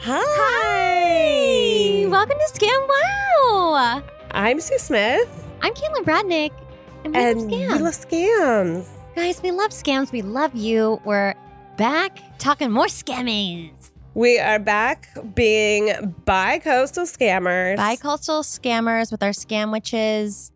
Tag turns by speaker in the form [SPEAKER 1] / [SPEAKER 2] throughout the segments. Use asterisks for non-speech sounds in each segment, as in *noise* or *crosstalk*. [SPEAKER 1] Hi.
[SPEAKER 2] Hey, welcome to Scam Wow.
[SPEAKER 1] I'm Sue Smith,
[SPEAKER 2] I'm Caitlin Bradnick, and we
[SPEAKER 1] and
[SPEAKER 2] love
[SPEAKER 1] we
[SPEAKER 2] scams.
[SPEAKER 1] love scams.
[SPEAKER 2] Guys, we love scams. We love you. We're back talking more scammies.
[SPEAKER 1] We are back being bi-coastal scammers.
[SPEAKER 2] Bi-coastal scammers with our scam witches,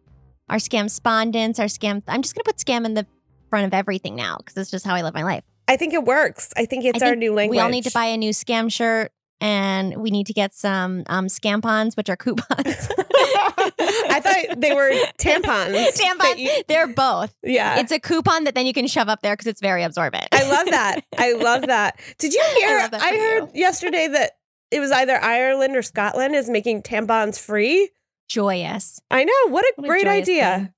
[SPEAKER 2] our scam spondents, our scam. I'm just gonna put scam in the front of everything now because it's just how I live my life.
[SPEAKER 1] I think it works. I think it's
[SPEAKER 2] I
[SPEAKER 1] our
[SPEAKER 2] think
[SPEAKER 1] new language.
[SPEAKER 2] We all need to buy a new scam shirt. And we need to get some um, scampons, which are coupons.
[SPEAKER 1] *laughs* I thought they
[SPEAKER 2] *laughs*
[SPEAKER 1] were tampons.
[SPEAKER 2] Tampons.
[SPEAKER 1] that you-
[SPEAKER 2] They're both.
[SPEAKER 1] yeah.
[SPEAKER 2] it's a coupon that then you can shove up there because it's very absorbent.
[SPEAKER 1] I love that. I
[SPEAKER 2] *laughs*
[SPEAKER 1] love that. Did you hear? I,
[SPEAKER 2] love that for
[SPEAKER 1] heard
[SPEAKER 2] *laughs*
[SPEAKER 1] yesterday that it was either Ireland or Scotland is making tampons free.
[SPEAKER 2] Joyous.
[SPEAKER 1] I know. What a
[SPEAKER 2] What a
[SPEAKER 1] great
[SPEAKER 2] joyous
[SPEAKER 1] idea.
[SPEAKER 2] thing.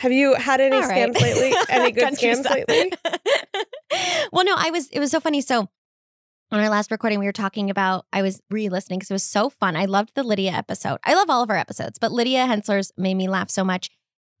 [SPEAKER 1] Have you had any
[SPEAKER 2] All right.
[SPEAKER 1] scams
[SPEAKER 2] *laughs*
[SPEAKER 1] lately? Any good
[SPEAKER 2] Country
[SPEAKER 1] scams
[SPEAKER 2] stuff.
[SPEAKER 1] lately?
[SPEAKER 2] *laughs* well, no, I was. It was so funny. So on our last recording, we were talking about. I was re-listening because it was so fun. I loved the Lydia episode. I love all of our episodes, but Lydia Hensler's made me laugh so much.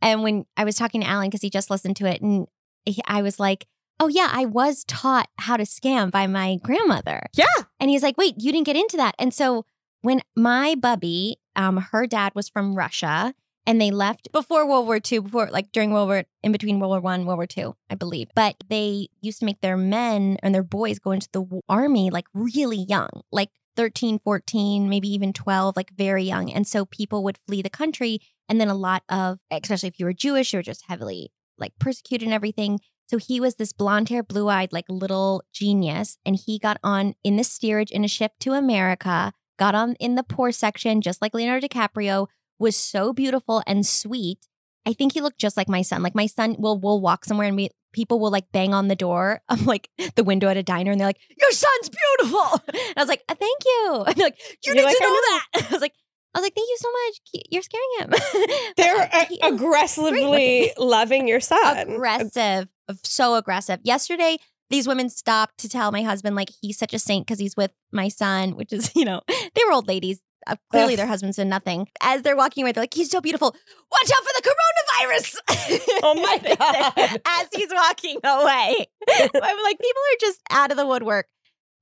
[SPEAKER 2] And when I was talking to Alan because he just listened to it, and he, I was like. Oh yeah, I was taught how to scam by my grandmother.
[SPEAKER 1] Yeah.
[SPEAKER 2] And he's like, wait, you didn't get into that. And so when my bubby, um, her dad was from Russia and they left before World War II, before like during World War in between World War One, World War Two, I believe. But they used to make their men and their boys go into the w- army like really young, like 13, 14, maybe even 12, like very young. And so people would flee the country. And then a lot of, especially if you were Jewish, you were just heavily like persecuted and everything. So he was this blonde hair, blue eyed, like little genius. And he got on in the steerage in a ship to America, got on in the poor section, just like Leonardo DiCaprio, was so beautiful and sweet. I think he looked just like my son. Like my son will will walk somewhere and we people will like bang on the door *laughs* of like the window at a diner and they're like, Your son's beautiful. *laughs* And I was like, "Uh, thank you. *laughs* And they're like, You
[SPEAKER 1] You're
[SPEAKER 2] need
[SPEAKER 1] like,
[SPEAKER 2] to
[SPEAKER 1] "I
[SPEAKER 2] know,
[SPEAKER 1] know."
[SPEAKER 2] that. *laughs* I was like, I was like, thank you so much. You're scaring him. *laughs*
[SPEAKER 1] They're
[SPEAKER 2] But uh,
[SPEAKER 1] a- uh,
[SPEAKER 2] he- *laughs*
[SPEAKER 1] aggressively loving your son.
[SPEAKER 2] aggressive, so aggressive. Yesterday, these women stopped to tell my husband, like, he's such a saint because he's with my son, which is, *laughs* you know, they were old ladies. Uh, clearly,
[SPEAKER 1] Ugh.
[SPEAKER 2] their husbands did nothing. As they're walking away, they're like, he's so beautiful. Watch out for the coronavirus. *laughs*
[SPEAKER 1] Oh my
[SPEAKER 2] They said,
[SPEAKER 1] God.
[SPEAKER 2] As he's walking away, *laughs* I'm like, people are just out of the woodwork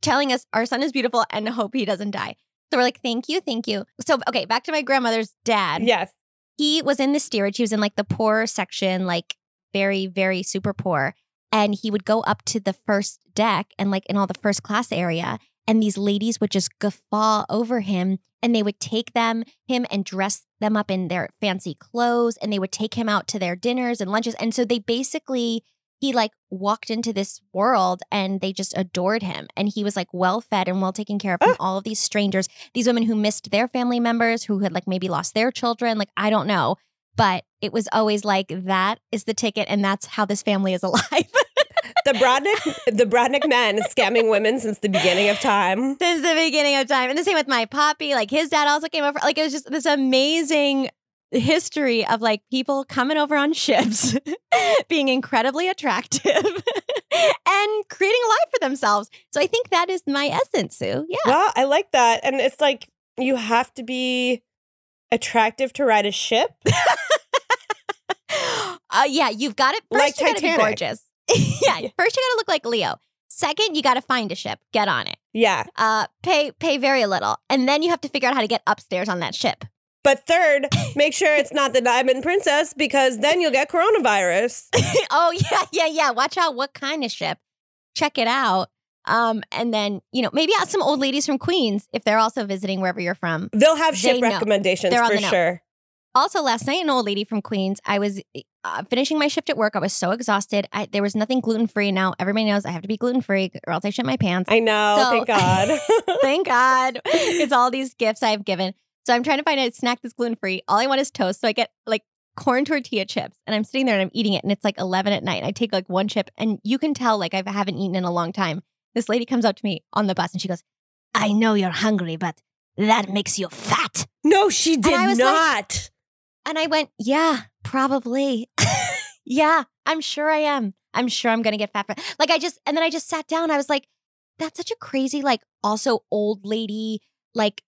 [SPEAKER 2] telling us our son is beautiful and hope he doesn't die. So we're like, thank you, thank you. So, okay, back to my grandmother's dad
[SPEAKER 1] Yes.
[SPEAKER 2] he was in the steerage. He was in like the poor section, like very, very super poor. And he would go up to the first deck and like in all the first class area. and these ladies would just guffaw over him and they would take them him and dress them up in their fancy clothes and they would take him out to their dinners and lunches and so they basically he like walked into this world and they just adored him and he was like well fed and well taken care of from all of these strangers these women who missed their family members who had like maybe lost their children like i don't know but it was always like that is the ticket and that's how this family is *laughs* alive
[SPEAKER 1] The Brodnick, the Brodnick men scamming women since the beginning of time.
[SPEAKER 2] since the beginning of time. And the same with my poppy. Like his dad also came over. Like it was just this amazing history of like people coming over on ships, *laughs* being incredibly attractive, *laughs* and creating a life for themselves. So I think that is my essence, Sue. Yeah.
[SPEAKER 1] Well, I like that. And it's like you have to be attractive to ride a ship.
[SPEAKER 2] Uh, yeah, you've got it. First,
[SPEAKER 1] Like
[SPEAKER 2] you gotta be
[SPEAKER 1] Titanic.
[SPEAKER 2] gorgeous. *laughs* yeah. First, you gotta look like Leo. Second, you gotta find a ship. Get on it.
[SPEAKER 1] Yeah.
[SPEAKER 2] Uh, pay pay very little, and then you have to figure out how to get upstairs on that ship. *laughs*
[SPEAKER 1] But third, make sure it's not the Diamond Princess because then you'll get coronavirus.
[SPEAKER 2] oh yeah, yeah, yeah. Watch out what kind of ship. Check it out. Um, and then, you know, maybe ask some old ladies from Queens if they're also visiting wherever you're from.
[SPEAKER 1] They'll have ship
[SPEAKER 2] They know.
[SPEAKER 1] recommendations
[SPEAKER 2] They're on
[SPEAKER 1] for
[SPEAKER 2] the know.
[SPEAKER 1] sure.
[SPEAKER 2] Also, last night, an old lady from Queens, I was uh, finishing my shift at work. I was so exhausted. I, there was nothing gluten free. Now, everybody knows I have to be gluten free or else I shit my pants.
[SPEAKER 1] I know.
[SPEAKER 2] So-
[SPEAKER 1] thank
[SPEAKER 2] *laughs*
[SPEAKER 1] God. *laughs*
[SPEAKER 2] Thank God. It's all these gifts I've given. So I'm trying to find a snack that's gluten free. All I want is toast. So I get like corn tortilla chips and I'm sitting there and I'm eating it and it's like 11 at night. I take like one chip and you can tell like I haven't eaten in a long time. This lady comes up to me on the bus and she goes, I know you're hungry, but that makes you fat.
[SPEAKER 1] no, she did
[SPEAKER 2] I was like-
[SPEAKER 1] not.
[SPEAKER 2] And I went, Yeah, probably. *laughs* yeah, I'm sure I am. I'm sure I'm gonna get fat. For-. Like I just, and then I just sat down. I was like, That's such a crazy, like, also old lady, like,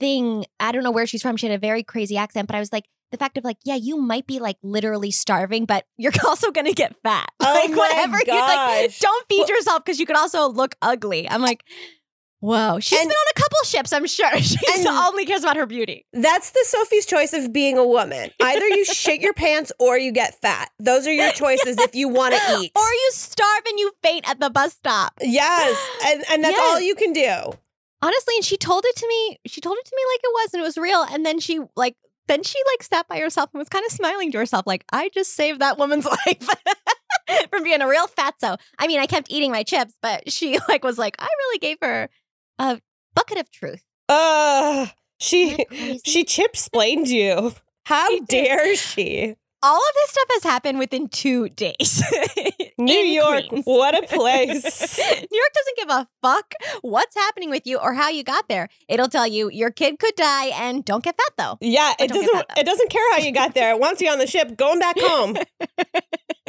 [SPEAKER 2] thing. I don't know where she's from. She had a very crazy accent, but I was like, the fact of like, yeah, you might be like literally starving, but you're *laughs* also gonna get fat. *laughs*
[SPEAKER 1] Oh
[SPEAKER 2] like
[SPEAKER 1] my
[SPEAKER 2] you like,
[SPEAKER 1] gosh.
[SPEAKER 2] don't feed
[SPEAKER 1] Well-
[SPEAKER 2] yourself because you could also look ugly. I'm like, whoa. She's
[SPEAKER 1] And-
[SPEAKER 2] been on a couple ships, I'm sure. *laughs* She
[SPEAKER 1] And-
[SPEAKER 2] only cares about her beauty.
[SPEAKER 1] That's the Sophie's choice of being a woman. Either
[SPEAKER 2] *laughs*
[SPEAKER 1] you shit your pants or you get fat. Those are your choices if you want to
[SPEAKER 2] *gasps*
[SPEAKER 1] eat.
[SPEAKER 2] *laughs* Or you starve and you faint at the bus stop.
[SPEAKER 1] yes, and and that's
[SPEAKER 2] Yes.
[SPEAKER 1] all you can do.
[SPEAKER 2] Honestly, and she told it to me. She told it to me like it was and it was real. And then she like then she like sat by herself and was kind of smiling to herself, like, I just saved that woman's *laughs* life from being a real fatso. I mean, I kept eating my chips, but she *laughs* like was like, I really gave her a bucket of
[SPEAKER 1] *laughs*
[SPEAKER 2] truth.
[SPEAKER 1] Uh,
[SPEAKER 2] Isn't
[SPEAKER 1] she
[SPEAKER 2] that crazy?
[SPEAKER 1] she chip splained
[SPEAKER 2] *laughs*
[SPEAKER 1] you. How
[SPEAKER 2] She did.
[SPEAKER 1] dare she?
[SPEAKER 2] All of this stuff has happened within two days. *laughs*
[SPEAKER 1] New
[SPEAKER 2] In
[SPEAKER 1] York,
[SPEAKER 2] Queens.
[SPEAKER 1] what a
[SPEAKER 2] *laughs* New
[SPEAKER 1] place.
[SPEAKER 2] York doesn't give a fuck what's happening with you or how you got there. It'll tell you your kid could die and don't get fat though.
[SPEAKER 1] Yeah,
[SPEAKER 2] I
[SPEAKER 1] it
[SPEAKER 2] don't get
[SPEAKER 1] doesn't
[SPEAKER 2] that, though.
[SPEAKER 1] it doesn't care how you got there. It wants you on the ship, going back home.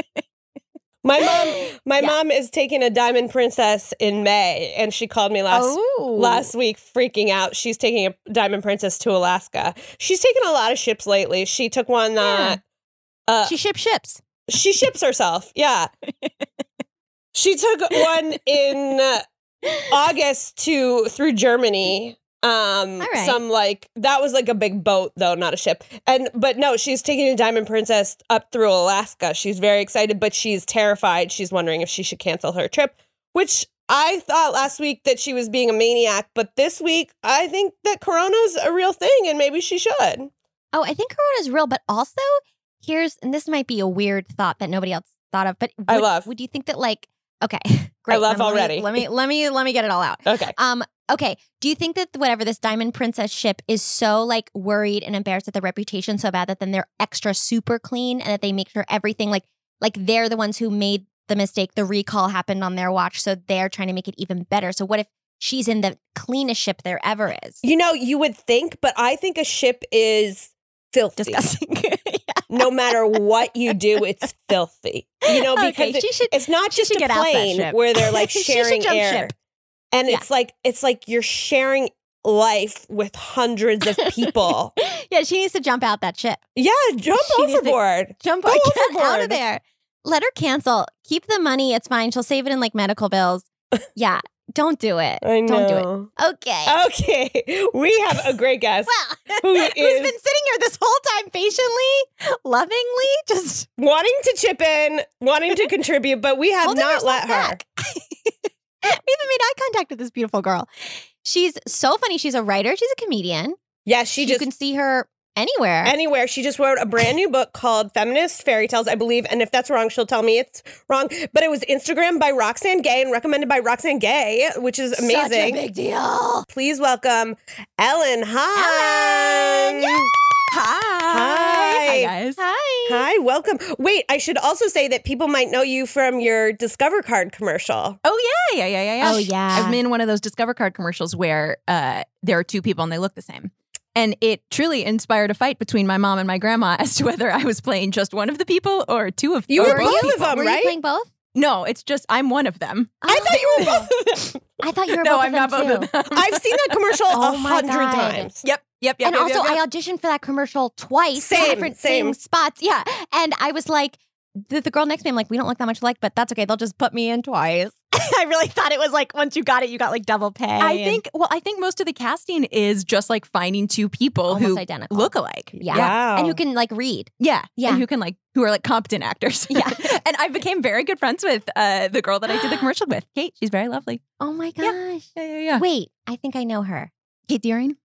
[SPEAKER 2] *laughs*
[SPEAKER 1] my mom my
[SPEAKER 2] Yeah.
[SPEAKER 1] mom is taking a diamond princess in May and she called me last
[SPEAKER 2] oh,
[SPEAKER 1] last week freaking out. She's taking a Diamond Princess to Alaska. She's taken a lot of ships lately. She took one that uh,
[SPEAKER 2] she ships ships.
[SPEAKER 1] she ships herself. Yeah. she took one in uh, August to through Germany. Um
[SPEAKER 2] All right.
[SPEAKER 1] some like that was like a big boat though, not a ship. And but no, she's taking a Diamond Princess up through Alaska. She's very excited, but she's terrified. She's wondering if she should cancel her trip, which I thought last week that she was being a maniac, but this week I think that corona's a real thing and maybe she should.
[SPEAKER 2] Oh, I think Corona is real, but also here's and this might be a weird thought that nobody else thought of, but
[SPEAKER 1] I
[SPEAKER 2] would-
[SPEAKER 1] love.
[SPEAKER 2] Would you think that like okay, great,
[SPEAKER 1] love
[SPEAKER 2] let me-
[SPEAKER 1] already.
[SPEAKER 2] Let me let me let me get it all out.
[SPEAKER 1] Okay.
[SPEAKER 2] Um, okay. Do you think that whatever this diamond princess ship is so like worried and embarrassed at the reputation so bad that then they're extra super clean and that they make sure everything like like they're the ones who made the mistake, the recall happened on their watch, so they're trying to make it even better. So what if she's in the cleanest ship there ever is?
[SPEAKER 1] You know, you would think, but I think a ship is filthy.
[SPEAKER 2] *laughs* Disgusting. *laughs*
[SPEAKER 1] no matter what you do, it's filthy. You know, because
[SPEAKER 2] okay,
[SPEAKER 1] it-
[SPEAKER 2] she should
[SPEAKER 1] it's not
[SPEAKER 2] she
[SPEAKER 1] just
[SPEAKER 2] should
[SPEAKER 1] a
[SPEAKER 2] get out that
[SPEAKER 1] plane
[SPEAKER 2] ship.
[SPEAKER 1] where they're like
[SPEAKER 2] *laughs* She should
[SPEAKER 1] sharing
[SPEAKER 2] jump
[SPEAKER 1] air,
[SPEAKER 2] ship.
[SPEAKER 1] and
[SPEAKER 2] Yeah.
[SPEAKER 1] it's like it's like you're sharing life with hundreds of
[SPEAKER 2] *laughs*
[SPEAKER 1] people.
[SPEAKER 2] Yeah, she needs to jump out that ship.
[SPEAKER 1] yeah, jump
[SPEAKER 2] She needs to-
[SPEAKER 1] overboard.
[SPEAKER 2] Jump
[SPEAKER 1] Go
[SPEAKER 2] *laughs* out, get out
[SPEAKER 1] overboard.
[SPEAKER 2] of there. Let her cancel. Keep the money. It's fine. She'll save it in like medical bills. Yeah. Don't do it.
[SPEAKER 1] I know.
[SPEAKER 2] Don't do it.
[SPEAKER 1] Uh,
[SPEAKER 2] Okay.
[SPEAKER 1] Okay, we have a great guest
[SPEAKER 2] well,
[SPEAKER 1] who
[SPEAKER 2] *laughs* who's been
[SPEAKER 1] is
[SPEAKER 2] sitting here this whole time patiently, lovingly, just
[SPEAKER 1] wanting to chip in, wanting to contribute, but we *laughs* have
[SPEAKER 2] holding
[SPEAKER 1] not
[SPEAKER 2] herself
[SPEAKER 1] let her.
[SPEAKER 2] back. *laughs* We even made eye contact with this beautiful girl. She's so funny. She's a writer. She's a comedian.
[SPEAKER 1] Yeah, she
[SPEAKER 2] you
[SPEAKER 1] just
[SPEAKER 2] can see her anywhere.
[SPEAKER 1] *laughs* anywhere. She just wrote a brand new book called Feminist Fairy Tales, I believe. And if that's wrong, she'll tell me it's wrong. But it was Instagram by Roxanne Gay and recommended by Roxanne Gay, which is
[SPEAKER 2] Such a
[SPEAKER 1] amazing.
[SPEAKER 2] big deal.
[SPEAKER 1] Please welcome Ellen Hahn.
[SPEAKER 2] Ellen! Yay! Hi.
[SPEAKER 1] Hi.
[SPEAKER 3] guys.
[SPEAKER 2] Hi.
[SPEAKER 1] Hi, welcome. Wait, I should also say that people might know you from your Discover Card commercial.
[SPEAKER 3] *laughs* Oh yeah, yeah, yeah, yeah, yeah.
[SPEAKER 2] Oh, yeah.
[SPEAKER 3] I'm in one of those Discover Card commercials where uh, there are two people and they look the same. And it truly inspired a fight between my mom and my grandma *laughs* as to whether I was playing just one of the people or two of
[SPEAKER 1] You
[SPEAKER 3] or
[SPEAKER 1] were
[SPEAKER 3] both
[SPEAKER 1] both of
[SPEAKER 3] people.
[SPEAKER 1] them,
[SPEAKER 2] Were you
[SPEAKER 1] right?
[SPEAKER 2] playing both?
[SPEAKER 3] No, it's just I'm one of them.
[SPEAKER 1] I thought you were both of them.
[SPEAKER 2] *laughs* I thought you were
[SPEAKER 3] no,
[SPEAKER 2] both of
[SPEAKER 3] I'm not
[SPEAKER 2] them
[SPEAKER 3] both
[SPEAKER 2] too.
[SPEAKER 3] of them. *laughs*
[SPEAKER 1] I've seen that
[SPEAKER 2] *laughs*
[SPEAKER 1] commercial a
[SPEAKER 2] Oh my
[SPEAKER 1] hundred
[SPEAKER 2] God.
[SPEAKER 1] times.
[SPEAKER 3] yep, yep, yep.
[SPEAKER 2] and
[SPEAKER 3] yep,
[SPEAKER 2] also,
[SPEAKER 3] yep,
[SPEAKER 2] I auditioned for that commercial twice, two
[SPEAKER 1] Same,
[SPEAKER 2] different
[SPEAKER 1] same.
[SPEAKER 2] same spots. Yeah, and I was like, the, the girl next to me, I'm like, we don't look that much alike, but that's okay. They'll just put me in twice. *laughs* I really thought it was like once you got it, you got like double pay.
[SPEAKER 3] I
[SPEAKER 2] and
[SPEAKER 3] think well, I think most of the casting is just like finding two people
[SPEAKER 2] almost
[SPEAKER 3] who
[SPEAKER 2] identical.
[SPEAKER 3] look alike.
[SPEAKER 2] yeah,
[SPEAKER 1] Wow.
[SPEAKER 2] and who can like read?
[SPEAKER 3] Yeah.
[SPEAKER 2] Yeah.
[SPEAKER 3] And who can like who are like competent actors.
[SPEAKER 2] Yeah.
[SPEAKER 3] *laughs* and I became very good friends with uh the girl that I did the commercial with. Kate, she's very lovely.
[SPEAKER 2] Oh my
[SPEAKER 3] Yeah.
[SPEAKER 2] gosh!
[SPEAKER 3] Yeah, yeah, *gasps* yeah.
[SPEAKER 2] Wait, I think I know her.
[SPEAKER 3] Kate Deering?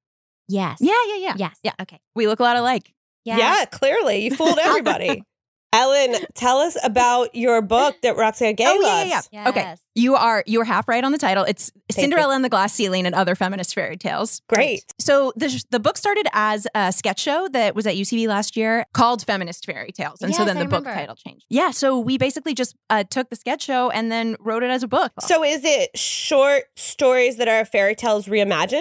[SPEAKER 2] Yes.
[SPEAKER 3] Yeah, yeah, yeah.
[SPEAKER 2] Yes.
[SPEAKER 3] Yeah.
[SPEAKER 2] Okay.
[SPEAKER 3] We look a lot alike.
[SPEAKER 1] Yeah. clearly. You fooled everybody.
[SPEAKER 2] *laughs*
[SPEAKER 1] Ellen, tell us about your book that Roxanne Gay
[SPEAKER 3] Oh, yeah,
[SPEAKER 1] loves.
[SPEAKER 3] yeah, yeah. Okay.
[SPEAKER 2] Yes.
[SPEAKER 3] You are you are half right on the title. It's
[SPEAKER 1] you.
[SPEAKER 3] Cinderella and the Glass Ceiling and Other Feminist Fairy Tales.
[SPEAKER 1] Great.
[SPEAKER 3] So the the book started as a sketch show that was at UCB last year called Feminist Fairy Tales, and so
[SPEAKER 2] Yes,
[SPEAKER 3] then
[SPEAKER 2] I
[SPEAKER 3] the book
[SPEAKER 2] remember.
[SPEAKER 3] title changed. Yeah, so we basically just uh, took the sketch show and then wrote it as a book.
[SPEAKER 1] So is it short stories that are fairy tales reimagined?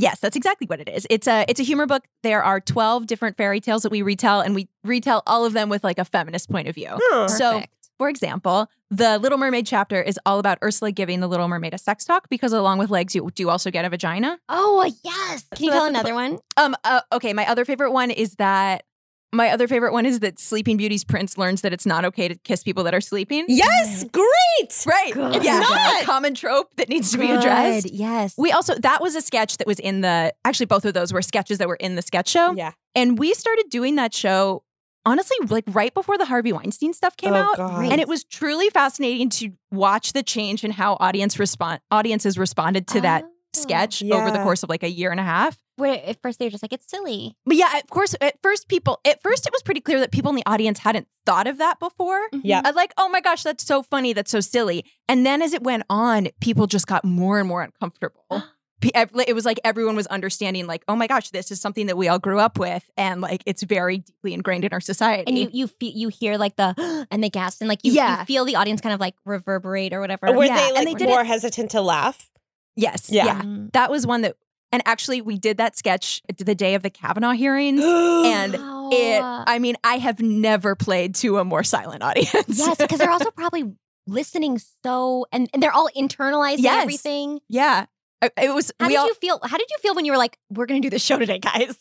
[SPEAKER 3] yes, that's exactly what it is. It's a it's a humor book. There are twelve different fairy tales that we retell, and we retell all of them with like a feminist point of view.
[SPEAKER 1] Huh.
[SPEAKER 3] So-
[SPEAKER 2] Perfect.
[SPEAKER 3] For example, the Little Mermaid chapter is all about Ursula giving the Little Mermaid a sex talk because along with legs, you do also get a vagina.
[SPEAKER 2] Oh yes. Can you
[SPEAKER 3] So
[SPEAKER 2] tell
[SPEAKER 3] that's
[SPEAKER 2] another one?
[SPEAKER 3] Um. Uh, okay. My other favorite one is that. My other favorite one is that Sleeping Beauty's prince learns that it's not okay to kiss people that are sleeping.
[SPEAKER 1] Yes, great.
[SPEAKER 3] Right.
[SPEAKER 2] Good.
[SPEAKER 3] It's
[SPEAKER 2] Yeah.
[SPEAKER 3] not a common trope that needs to be addressed.
[SPEAKER 2] Good, Yes.
[SPEAKER 3] We also that was a sketch that was in the actually both of those were sketches that were in the sketch show.
[SPEAKER 1] Yeah.
[SPEAKER 3] And we started doing that show honestly like right before the Harvey Weinstein stuff came
[SPEAKER 1] oh,
[SPEAKER 3] out.
[SPEAKER 1] God.
[SPEAKER 3] And it was truly fascinating to watch the change in how audience respond audiences responded to that
[SPEAKER 2] Oh.
[SPEAKER 3] sketch over the
[SPEAKER 1] Ah. Yeah.
[SPEAKER 3] course of like a year and a half.
[SPEAKER 2] Where at first they were just like, it's silly.
[SPEAKER 3] But yeah, of course, at first people, at first it was pretty clear that people in the audience hadn't thought of that before.
[SPEAKER 2] Mm-hmm.
[SPEAKER 1] Yeah.
[SPEAKER 3] I like, oh my gosh, that's so funny, that's so silly. And then as it went on, people just got more and more uncomfortable.
[SPEAKER 2] *gasps*
[SPEAKER 3] P- ev- It was like everyone was understanding, like, oh my gosh, this is something that we all grew up with, and like it's very deeply ingrained in our society.
[SPEAKER 2] and you you feel you hear like the *gasps* and the gasp and like you, you
[SPEAKER 3] Yeah.
[SPEAKER 2] feel the audience kind of like reverberate or whatever.
[SPEAKER 1] Were
[SPEAKER 3] Yeah,
[SPEAKER 1] they
[SPEAKER 3] and
[SPEAKER 1] like
[SPEAKER 3] they did
[SPEAKER 1] more hesitant to laugh?
[SPEAKER 3] yes,
[SPEAKER 1] Yeah.
[SPEAKER 2] Mm.
[SPEAKER 3] that was one that, and actually we did that sketch the day of the Kavanaugh hearings.
[SPEAKER 2] *gasps*
[SPEAKER 3] *gasps* And
[SPEAKER 2] Wow.
[SPEAKER 3] It, I mean, I have never played to a more silent audience.
[SPEAKER 2] yes,
[SPEAKER 3] *laughs*
[SPEAKER 2] because they're also probably listening so and, and they're all internalizing
[SPEAKER 3] Yes.
[SPEAKER 2] everything.
[SPEAKER 3] yeah. I- It was.
[SPEAKER 2] How
[SPEAKER 3] we
[SPEAKER 2] did
[SPEAKER 3] all,
[SPEAKER 2] you feel? How did you feel when you were like, we're gonna do this show today, guys?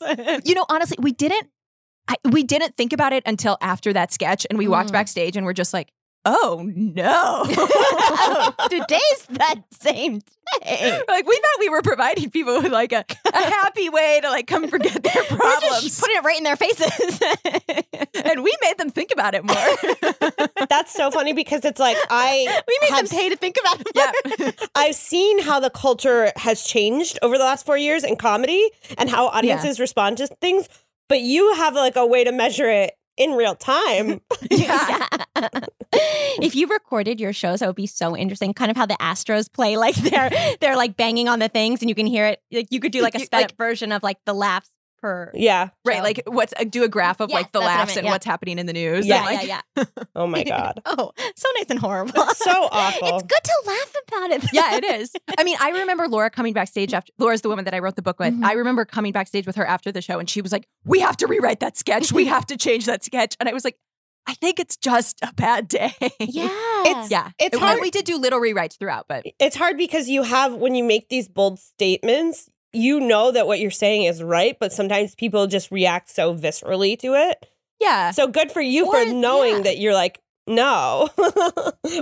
[SPEAKER 3] you *laughs* know, honestly, we didn't. I, we didn't think about it until after that sketch, and we walked
[SPEAKER 2] Mm.
[SPEAKER 3] backstage, and we're just like, "Oh
[SPEAKER 2] *laughs*
[SPEAKER 3] no!"
[SPEAKER 2] *laughs*
[SPEAKER 3] *laughs*
[SPEAKER 2] Today's that same day.
[SPEAKER 3] like we thought we were providing people with like a,
[SPEAKER 2] *laughs*
[SPEAKER 3] a happy way to like come forget their
[SPEAKER 2] We're
[SPEAKER 3] problems,
[SPEAKER 2] just putting it right in their faces. *laughs*
[SPEAKER 3] and we made them think about it more.
[SPEAKER 1] *gasps* That's so funny because it's like
[SPEAKER 3] *laughs*
[SPEAKER 1] I
[SPEAKER 2] we made
[SPEAKER 1] Have
[SPEAKER 2] them pay to think about it.
[SPEAKER 3] yeah,
[SPEAKER 1] I've seen how the culture has changed over the last four years in comedy and how audiences respond to things, but you have like a way to measure it in real
[SPEAKER 3] *laughs*
[SPEAKER 1] time.
[SPEAKER 3] yeah.
[SPEAKER 2] *laughs* Yeah. *laughs* if you recorded your shows, that would be so interesting. Kind of how the Astros play, like they're they're like banging on the things, and you can hear it. Like you could do like a
[SPEAKER 3] You-
[SPEAKER 2] sped
[SPEAKER 3] like-
[SPEAKER 2] up version of like the laughs per.
[SPEAKER 1] yeah.
[SPEAKER 3] Right, like what's uh, do a graph of
[SPEAKER 2] Yes,
[SPEAKER 3] like the
[SPEAKER 2] that's what I
[SPEAKER 3] laughs
[SPEAKER 2] meant,
[SPEAKER 3] and
[SPEAKER 2] yeah.
[SPEAKER 3] what's happening in the news.
[SPEAKER 1] Yeah,
[SPEAKER 3] and, like,
[SPEAKER 2] yeah, yeah.
[SPEAKER 1] Oh my god.
[SPEAKER 2] *laughs* Oh, so nice and horrible.
[SPEAKER 1] So awful.
[SPEAKER 2] *laughs* It's good to laugh about it.
[SPEAKER 3] yeah, it is. I mean, I remember Laura coming backstage after Laura's the woman that I wrote the book with.
[SPEAKER 2] Mhm.
[SPEAKER 3] I remember coming backstage with her after the show and she was like, "We have to rewrite that sketch. We have to change that sketch." And I was like, "I think it's just a bad day."
[SPEAKER 2] Yeah.
[SPEAKER 1] It's-
[SPEAKER 3] Yeah.
[SPEAKER 1] It's
[SPEAKER 3] And
[SPEAKER 1] hard.
[SPEAKER 3] we did do little rewrites throughout, but
[SPEAKER 1] It's hard because you have when you make these bold statements, you know that what you're saying is right, but sometimes people just react so viscerally to it.
[SPEAKER 3] yeah.
[SPEAKER 1] So good for you
[SPEAKER 2] Or-
[SPEAKER 1] for knowing
[SPEAKER 2] yeah.
[SPEAKER 1] that you're like, no. *laughs*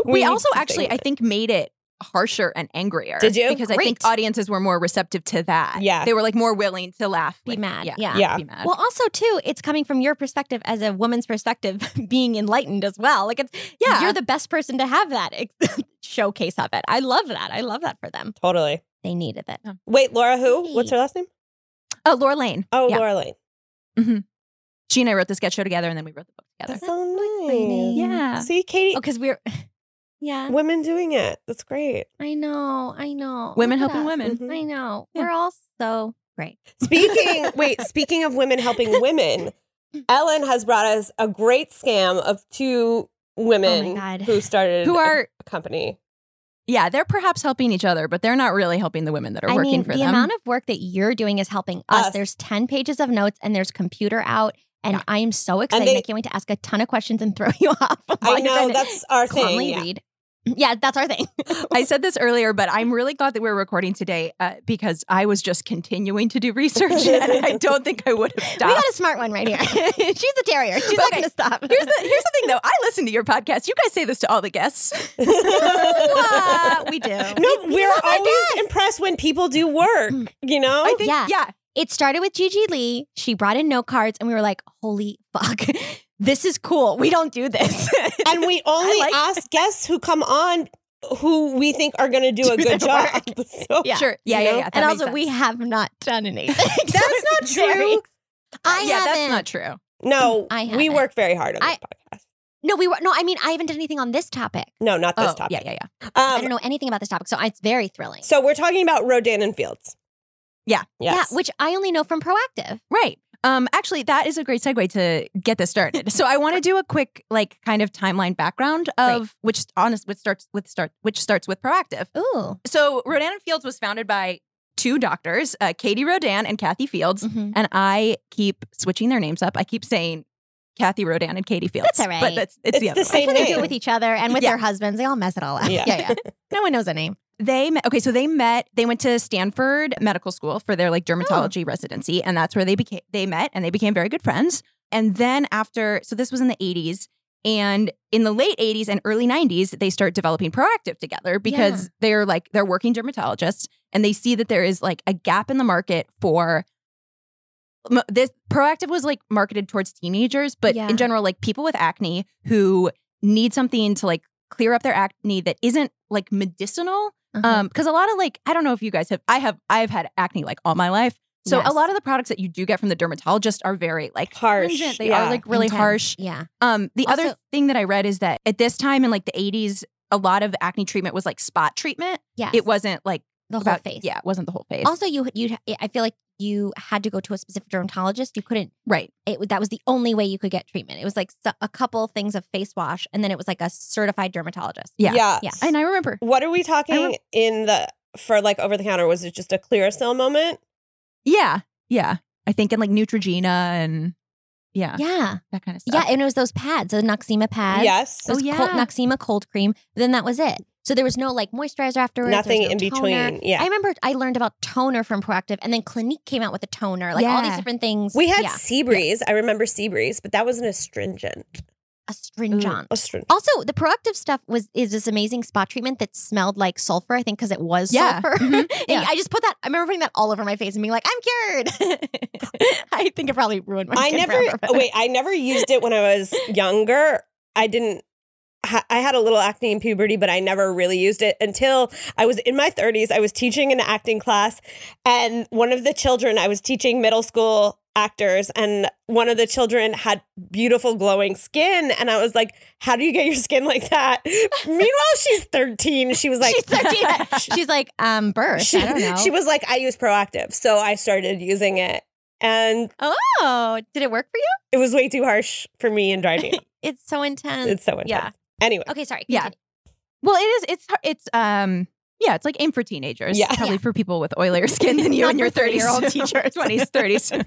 [SPEAKER 3] We
[SPEAKER 1] need
[SPEAKER 3] also
[SPEAKER 1] to
[SPEAKER 3] actually
[SPEAKER 1] think-
[SPEAKER 3] I think made it harsher and angrier.
[SPEAKER 1] Did you?
[SPEAKER 3] Because I think
[SPEAKER 2] Great.
[SPEAKER 3] audiences were more receptive to that.
[SPEAKER 1] Yeah.
[SPEAKER 3] They were like more willing to laugh.
[SPEAKER 2] Be
[SPEAKER 3] like,
[SPEAKER 2] mad.
[SPEAKER 3] Yeah.
[SPEAKER 2] Yeah.
[SPEAKER 1] Yeah.
[SPEAKER 3] Be mad.
[SPEAKER 2] Well, also too, it's coming from your perspective as a woman's perspective, *laughs* being enlightened as well. Like it's yeah,
[SPEAKER 3] Yeah.
[SPEAKER 2] you're the best person to have that ex- *laughs* showcase of it. I love that. I love that for them.
[SPEAKER 1] Totally.
[SPEAKER 2] They needed it.
[SPEAKER 1] Wait, Laura who? What's her last name?
[SPEAKER 3] oh, Laura Lane.
[SPEAKER 1] Oh,
[SPEAKER 3] yeah.
[SPEAKER 1] Laura Lane.
[SPEAKER 3] She and I wrote the sketch show together and then we wrote the book together.
[SPEAKER 1] That's so nice.
[SPEAKER 2] Lane.
[SPEAKER 3] Yeah.
[SPEAKER 1] See, Katie,
[SPEAKER 2] Oh, because we're *laughs* yeah.
[SPEAKER 1] women doing it. That's
[SPEAKER 3] *laughs*
[SPEAKER 1] great.
[SPEAKER 2] I know. I know.
[SPEAKER 3] Women
[SPEAKER 2] Look at
[SPEAKER 3] helping
[SPEAKER 2] us.
[SPEAKER 3] women.
[SPEAKER 1] Mhm.
[SPEAKER 2] I know.
[SPEAKER 3] Yeah.
[SPEAKER 2] We're all so great.
[SPEAKER 1] Speaking, wait, speaking of women helping women, Ellen has brought us a great scam of two
[SPEAKER 2] Oh
[SPEAKER 1] women
[SPEAKER 2] my God.
[SPEAKER 1] who started
[SPEAKER 3] Who
[SPEAKER 1] a-
[SPEAKER 3] are,
[SPEAKER 1] a company.
[SPEAKER 3] yeah, they're perhaps helping each other, but they're not really helping the women that are
[SPEAKER 2] I
[SPEAKER 3] working
[SPEAKER 2] mean,
[SPEAKER 3] for
[SPEAKER 2] the
[SPEAKER 3] them.
[SPEAKER 2] amount of work that you're doing is helping us.
[SPEAKER 1] Us.
[SPEAKER 2] There's 10 pages of notes and there's computer out. And
[SPEAKER 3] Yeah.
[SPEAKER 2] I am so excited. I
[SPEAKER 1] they-
[SPEAKER 2] can't wait to ask a ton of questions and throw *laughs* you off. while
[SPEAKER 1] I
[SPEAKER 2] you're trying
[SPEAKER 1] know
[SPEAKER 2] to
[SPEAKER 1] that's our
[SPEAKER 2] calmly
[SPEAKER 1] thing. *laughs*
[SPEAKER 2] *laughs*
[SPEAKER 1] yeah.
[SPEAKER 2] read. Mm, Yeah, that's our thing. *laughs*
[SPEAKER 3] I said this earlier, but I'm really glad that we're recording today uh, because I was just continuing to do research and *laughs* I don't think I would have
[SPEAKER 2] We
[SPEAKER 3] stopped.
[SPEAKER 2] got a smart one right here.
[SPEAKER 3] *laughs*
[SPEAKER 2] *laughs* She's a terrier. She's not
[SPEAKER 3] Okay.
[SPEAKER 2] going to stop.
[SPEAKER 3] *laughs*
[SPEAKER 2] *laughs*
[SPEAKER 3] Here's the here's the thing though. I listen to your podcast. You guys say this to all the *laughs* guests.
[SPEAKER 2] Uh, we
[SPEAKER 3] *laughs*
[SPEAKER 2] do.
[SPEAKER 1] No, we're always impressed when people do work, you know?
[SPEAKER 3] I think
[SPEAKER 2] Oh, Yeah.
[SPEAKER 3] yeah.
[SPEAKER 2] It started with Gigi Lee. She brought in note cards, and we were like, "Holy fuck, *laughs* this is cool. We don't do this." *laughs*
[SPEAKER 1] and we only
[SPEAKER 3] like-
[SPEAKER 1] ask guests who come on who we think are going to do a
[SPEAKER 2] Do
[SPEAKER 1] good
[SPEAKER 2] their
[SPEAKER 1] job. *laughs*
[SPEAKER 2] work.
[SPEAKER 1] So-
[SPEAKER 2] Yeah.
[SPEAKER 3] Sure. Yeah,
[SPEAKER 1] You
[SPEAKER 3] yeah,
[SPEAKER 1] know?
[SPEAKER 3] yeah.
[SPEAKER 2] and
[SPEAKER 3] That
[SPEAKER 2] also,
[SPEAKER 3] makes
[SPEAKER 2] we
[SPEAKER 3] sense.
[SPEAKER 2] have not done anything. that's *laughs*
[SPEAKER 1] not true.
[SPEAKER 2] I
[SPEAKER 3] yeah,
[SPEAKER 2] haven't.
[SPEAKER 3] that's not true.
[SPEAKER 1] No,
[SPEAKER 2] I
[SPEAKER 1] we
[SPEAKER 2] haven't.
[SPEAKER 1] work very hard on this
[SPEAKER 2] I-
[SPEAKER 1] podcast.
[SPEAKER 2] No, we were. No, I mean, I haven't done anything on this topic.
[SPEAKER 1] No, not this
[SPEAKER 3] oh,
[SPEAKER 1] topic.
[SPEAKER 3] yeah, yeah, yeah.
[SPEAKER 2] I don't
[SPEAKER 1] Um,
[SPEAKER 2] know anything about this topic, so it's very thrilling.
[SPEAKER 1] so we're talking about Rodan and Fields.
[SPEAKER 3] Yeah.
[SPEAKER 1] Yes.
[SPEAKER 2] Yeah, which I only know from Proactive.
[SPEAKER 3] Right. Um, actually, that is a great segue to get this started. so I want to do a quick, like, kind of timeline background of which honest, which starts with start, which starts with proactive.
[SPEAKER 2] Ooh.
[SPEAKER 3] So Rodan and Fields was founded by two doctors, uh, Katie Rodan and Kathy Fields.
[SPEAKER 2] Mhm.
[SPEAKER 3] and I keep switching their names up. I keep saying Kathy Rodan and Katie Fields.
[SPEAKER 2] That's all right.
[SPEAKER 3] But that's it's,
[SPEAKER 1] It's
[SPEAKER 3] the,
[SPEAKER 1] the
[SPEAKER 3] other one.
[SPEAKER 1] same.
[SPEAKER 2] That's what they do
[SPEAKER 1] name.
[SPEAKER 2] it with each other and with
[SPEAKER 3] Yeah.
[SPEAKER 2] their husbands. They all mess it all up.
[SPEAKER 1] Yeah.
[SPEAKER 2] yeah. No one knows a name.
[SPEAKER 3] They met. Okay, so they met. They went to Stanford Medical School for their like dermatology residency, and that's where they became. They met and they became very good friends. And then after, so this was in the eighties. And in the late 80s and early 90s, they start developing proactive together because they're like, they're working dermatologists and they see that there is like a gap in the market for m- this. Proactive was like marketed towards teenagers, but
[SPEAKER 2] Yeah.
[SPEAKER 3] in general, like people with acne who need something to like clear up their acne that isn't like medicinal
[SPEAKER 2] Uh-huh.
[SPEAKER 3] um because a lot of like i don't know if you guys have i have i've had acne like all my life so
[SPEAKER 2] Yes.
[SPEAKER 3] a lot of the products that you do get from the dermatologist are very like
[SPEAKER 1] Harsh,
[SPEAKER 3] pungent. they
[SPEAKER 1] yeah.
[SPEAKER 3] are like really
[SPEAKER 2] Intense.
[SPEAKER 3] harsh
[SPEAKER 2] Yeah.
[SPEAKER 3] um the
[SPEAKER 2] Also-
[SPEAKER 3] other thing that i read is that at this time in like the 80s a lot of acne treatment was like spot treatment
[SPEAKER 2] Yes.
[SPEAKER 3] it wasn't like
[SPEAKER 2] the whole
[SPEAKER 3] about
[SPEAKER 2] face.
[SPEAKER 3] yeah it wasn't the whole face
[SPEAKER 2] Also, you you I feel like you had to go to a specific dermatologist. You couldn't.
[SPEAKER 3] right
[SPEAKER 2] It was- that was the only way you could get treatment. It was like so- a couple things of face wash, and then it was like a certified dermatologist.
[SPEAKER 3] yeah.
[SPEAKER 2] Yeah.
[SPEAKER 3] and i remember
[SPEAKER 1] What are we talking
[SPEAKER 3] rem-
[SPEAKER 1] in the for like over the counter? Was it just a Clearasil moment?
[SPEAKER 3] yeah yeah i think in like neutrogena and yeah,
[SPEAKER 2] Yeah,
[SPEAKER 3] that kind of
[SPEAKER 2] yeah,
[SPEAKER 3] stuff
[SPEAKER 2] and it was those pads, the Noxema pads.
[SPEAKER 1] yes.
[SPEAKER 2] it was
[SPEAKER 3] Oh,
[SPEAKER 2] cold,
[SPEAKER 3] yeah.
[SPEAKER 2] Noxema cold cream. Then that was it. So there was no like moisturizer afterwards. there was
[SPEAKER 1] Nothing
[SPEAKER 2] no
[SPEAKER 1] in
[SPEAKER 2] toner.
[SPEAKER 1] between. Yeah.
[SPEAKER 2] I remember I learned about toner from Proactive, and then Clinique came out with a toner, like all these
[SPEAKER 3] Yeah.
[SPEAKER 2] different things.
[SPEAKER 1] we had
[SPEAKER 2] yeah,
[SPEAKER 1] sea breeze. I remember sea breeze, but that was an astringent. Mm.
[SPEAKER 2] astringent.
[SPEAKER 1] Astringent.
[SPEAKER 2] Also, the proactive stuff was is this amazing spot treatment that smelled like sulfur. I think because it was
[SPEAKER 3] Yeah.
[SPEAKER 2] sulfur.
[SPEAKER 1] Mm-hmm.
[SPEAKER 3] Mhm.
[SPEAKER 2] *laughs* And
[SPEAKER 3] Yeah.
[SPEAKER 2] I just put that. I remember putting that all over my face and being like, "I'm cured." *laughs* I think it probably ruined my.
[SPEAKER 1] I
[SPEAKER 2] skin
[SPEAKER 1] never Oh,
[SPEAKER 2] forever, but- *laughs*
[SPEAKER 1] wait. I never used it when I was younger. I didn't. ha- I had a little acne in puberty, but I never really used it until I was in my 30s. I was teaching an acting class, and one of the children I was teaching middle school actors, and one of the children had beautiful glowing skin, and I was like, "How do you get your skin like
[SPEAKER 2] *laughs*
[SPEAKER 1] that?" Meanwhile, she's 13. She was like,
[SPEAKER 2] she's 13.
[SPEAKER 1] *laughs*
[SPEAKER 2] She's like, um, birth.
[SPEAKER 1] she,
[SPEAKER 2] I don't know.
[SPEAKER 1] *laughs* she was like, "I use Proactive," so I started using it, and
[SPEAKER 2] oh, did it work for you?
[SPEAKER 1] it was way too harsh for me and
[SPEAKER 3] *laughs*
[SPEAKER 1] dry me. up.
[SPEAKER 2] *laughs* It's so intense.
[SPEAKER 1] It's so intense.
[SPEAKER 2] Yeah.
[SPEAKER 1] Anyway,
[SPEAKER 2] Okay, sorry.
[SPEAKER 3] Yeah.
[SPEAKER 2] continue.
[SPEAKER 3] Well, it is. It's it's um yeah, it's like aim for teenagers.
[SPEAKER 1] Yeah.
[SPEAKER 3] probably for people with oilier *laughs* skin than you
[SPEAKER 2] Not
[SPEAKER 3] and your
[SPEAKER 2] for
[SPEAKER 3] thirty year old *laughs*
[SPEAKER 2] 30-year-old
[SPEAKER 3] teachers, twenties,
[SPEAKER 2] *laughs*
[SPEAKER 3] thirties. um,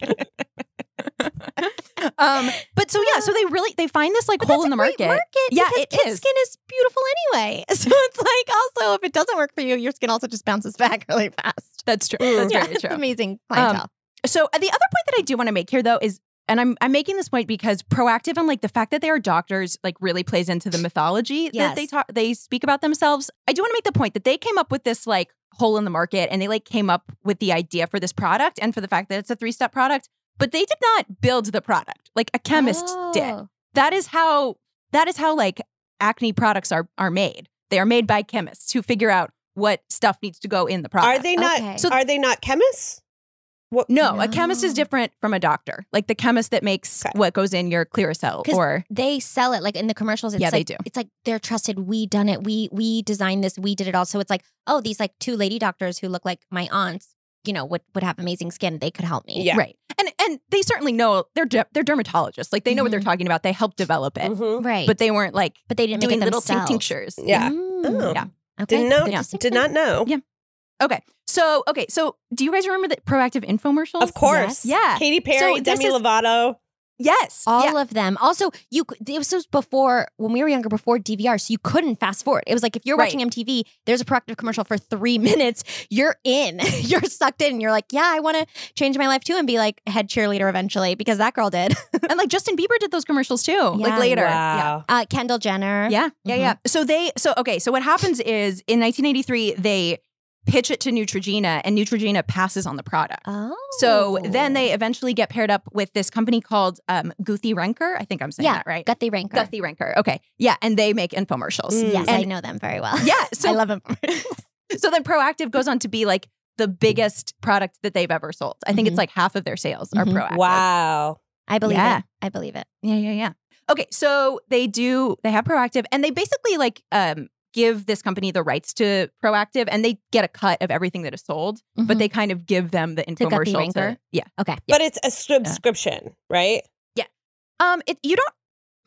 [SPEAKER 3] but so yeah, so they really they find this like
[SPEAKER 2] But
[SPEAKER 3] hole
[SPEAKER 2] that's
[SPEAKER 3] in
[SPEAKER 2] a
[SPEAKER 3] the
[SPEAKER 2] great
[SPEAKER 3] market. Yeah,
[SPEAKER 2] because
[SPEAKER 3] it
[SPEAKER 2] kids'
[SPEAKER 3] is.
[SPEAKER 2] Skin is beautiful anyway, *laughs* so it's like also if it doesn't work for you, your skin also just bounces *laughs* back really fast.
[SPEAKER 3] That's true. That's
[SPEAKER 2] yeah,
[SPEAKER 3] very
[SPEAKER 2] it's
[SPEAKER 3] true. Um,
[SPEAKER 2] amazing clientele.
[SPEAKER 3] So uh, the other point that I do want to make here, though, is and I'm I'm making this point because proactive and like the fact that they are doctors like really plays into the mythology
[SPEAKER 2] Yes.
[SPEAKER 3] that they talk they speak about themselves. I do want to make the point that they came up with this like hole in the market and they like came up with the idea for this product and for the fact that it's a three step product, but they did not build the product. Like a chemist did.
[SPEAKER 2] Oh.
[SPEAKER 3] That is how that is how like acne products are are made. They are made by chemists who figure out what stuff needs to go in the product.
[SPEAKER 1] Are they not?
[SPEAKER 2] Okay.
[SPEAKER 3] So-
[SPEAKER 1] are they not chemists? What?
[SPEAKER 3] No, a chemist is
[SPEAKER 2] No.
[SPEAKER 3] different from a doctor. Like the chemist that makes
[SPEAKER 1] Okay.
[SPEAKER 3] what goes in your clear cell
[SPEAKER 2] 'Cause
[SPEAKER 3] or
[SPEAKER 2] They sell it like in the commercials. It's
[SPEAKER 3] Yeah, they
[SPEAKER 2] like,
[SPEAKER 3] do.
[SPEAKER 2] It's like they're trusted. We done it. We we designed this. We did it all. So it's like, oh, these like two lady doctors who look like my aunts, you know, would would have amazing skin. They could help me.
[SPEAKER 1] Yeah.
[SPEAKER 3] right. And and they certainly know they're de- they're dermatologists. Like they know what
[SPEAKER 1] Mm-hmm.
[SPEAKER 3] they're talking about. They help develop it.
[SPEAKER 1] Mhm.
[SPEAKER 2] right.
[SPEAKER 3] But they weren't like
[SPEAKER 2] but they didn't
[SPEAKER 3] doing
[SPEAKER 2] make it
[SPEAKER 3] little tink-
[SPEAKER 2] themselves.
[SPEAKER 3] tinctures.
[SPEAKER 1] Yeah.
[SPEAKER 2] Mm.
[SPEAKER 1] Oh.
[SPEAKER 3] Yeah.
[SPEAKER 2] Okay.
[SPEAKER 1] Didn't know.
[SPEAKER 2] Good
[SPEAKER 3] Yeah.
[SPEAKER 2] distinction.
[SPEAKER 1] Did not know.
[SPEAKER 3] Yeah. So, okay. So, do you guys remember the proactive infomercials?
[SPEAKER 1] Of course.
[SPEAKER 3] Yes. Yeah.
[SPEAKER 1] Katy Perry,
[SPEAKER 3] So this
[SPEAKER 1] Demi
[SPEAKER 3] is-
[SPEAKER 1] Lovato.
[SPEAKER 3] Yes.
[SPEAKER 2] All
[SPEAKER 3] yeah.
[SPEAKER 2] of them. Also, you c- this was before when we were younger, before DVR, so you couldn't fast forward. It was like if you're
[SPEAKER 3] Right.
[SPEAKER 2] watching MTV, there's a proactive commercial for three *laughs* minutes. You're in. *laughs* you're sucked in. You're like, yeah, I want to change my life too and be like a head cheerleader eventually because that girl did.
[SPEAKER 3] and like Justin Bieber did those commercials too.
[SPEAKER 2] Yeah.
[SPEAKER 3] Like later. Yeah.
[SPEAKER 1] Wow.
[SPEAKER 2] Uh, Kendall Jenner.
[SPEAKER 3] Yeah, yeah, yeah. So they, so okay, so what happens is in 1983 they pitch it to Neutrogena, and Neutrogena passes on the product.
[SPEAKER 2] Oh.
[SPEAKER 3] So then they eventually get paired up with this company called um, Guthrie Renker. I think I'm saying
[SPEAKER 2] Yeah,
[SPEAKER 3] that right.
[SPEAKER 2] got the ranker.
[SPEAKER 3] Guthrie Renker. Okay, yeah, and they make infomercials.
[SPEAKER 1] Mm.
[SPEAKER 2] Yes, I
[SPEAKER 3] And-
[SPEAKER 2] know them very well.
[SPEAKER 3] *laughs* Yeah,
[SPEAKER 2] *laughs*
[SPEAKER 3] so
[SPEAKER 2] I love them.
[SPEAKER 3] so then Proactive goes on to be like the biggest product that they've ever sold. I think
[SPEAKER 2] Mhm.
[SPEAKER 3] it's like half of their sales
[SPEAKER 2] Mhm.
[SPEAKER 3] are Proactive.
[SPEAKER 1] Wow.
[SPEAKER 2] I believe
[SPEAKER 3] Yeah.
[SPEAKER 2] it. I believe it.
[SPEAKER 3] Yeah, yeah, yeah. Okay, so they do they have proactive and they basically like um give this company the rights to proactive and they get a cut of everything that is sold, but
[SPEAKER 2] Mhm.
[SPEAKER 3] they kind of give them the
[SPEAKER 2] Guthrie
[SPEAKER 3] infomercial to,
[SPEAKER 2] Ranker?
[SPEAKER 3] yeah.
[SPEAKER 2] okay.
[SPEAKER 1] But it's a subscription, right?
[SPEAKER 3] *laughs* Um it you don't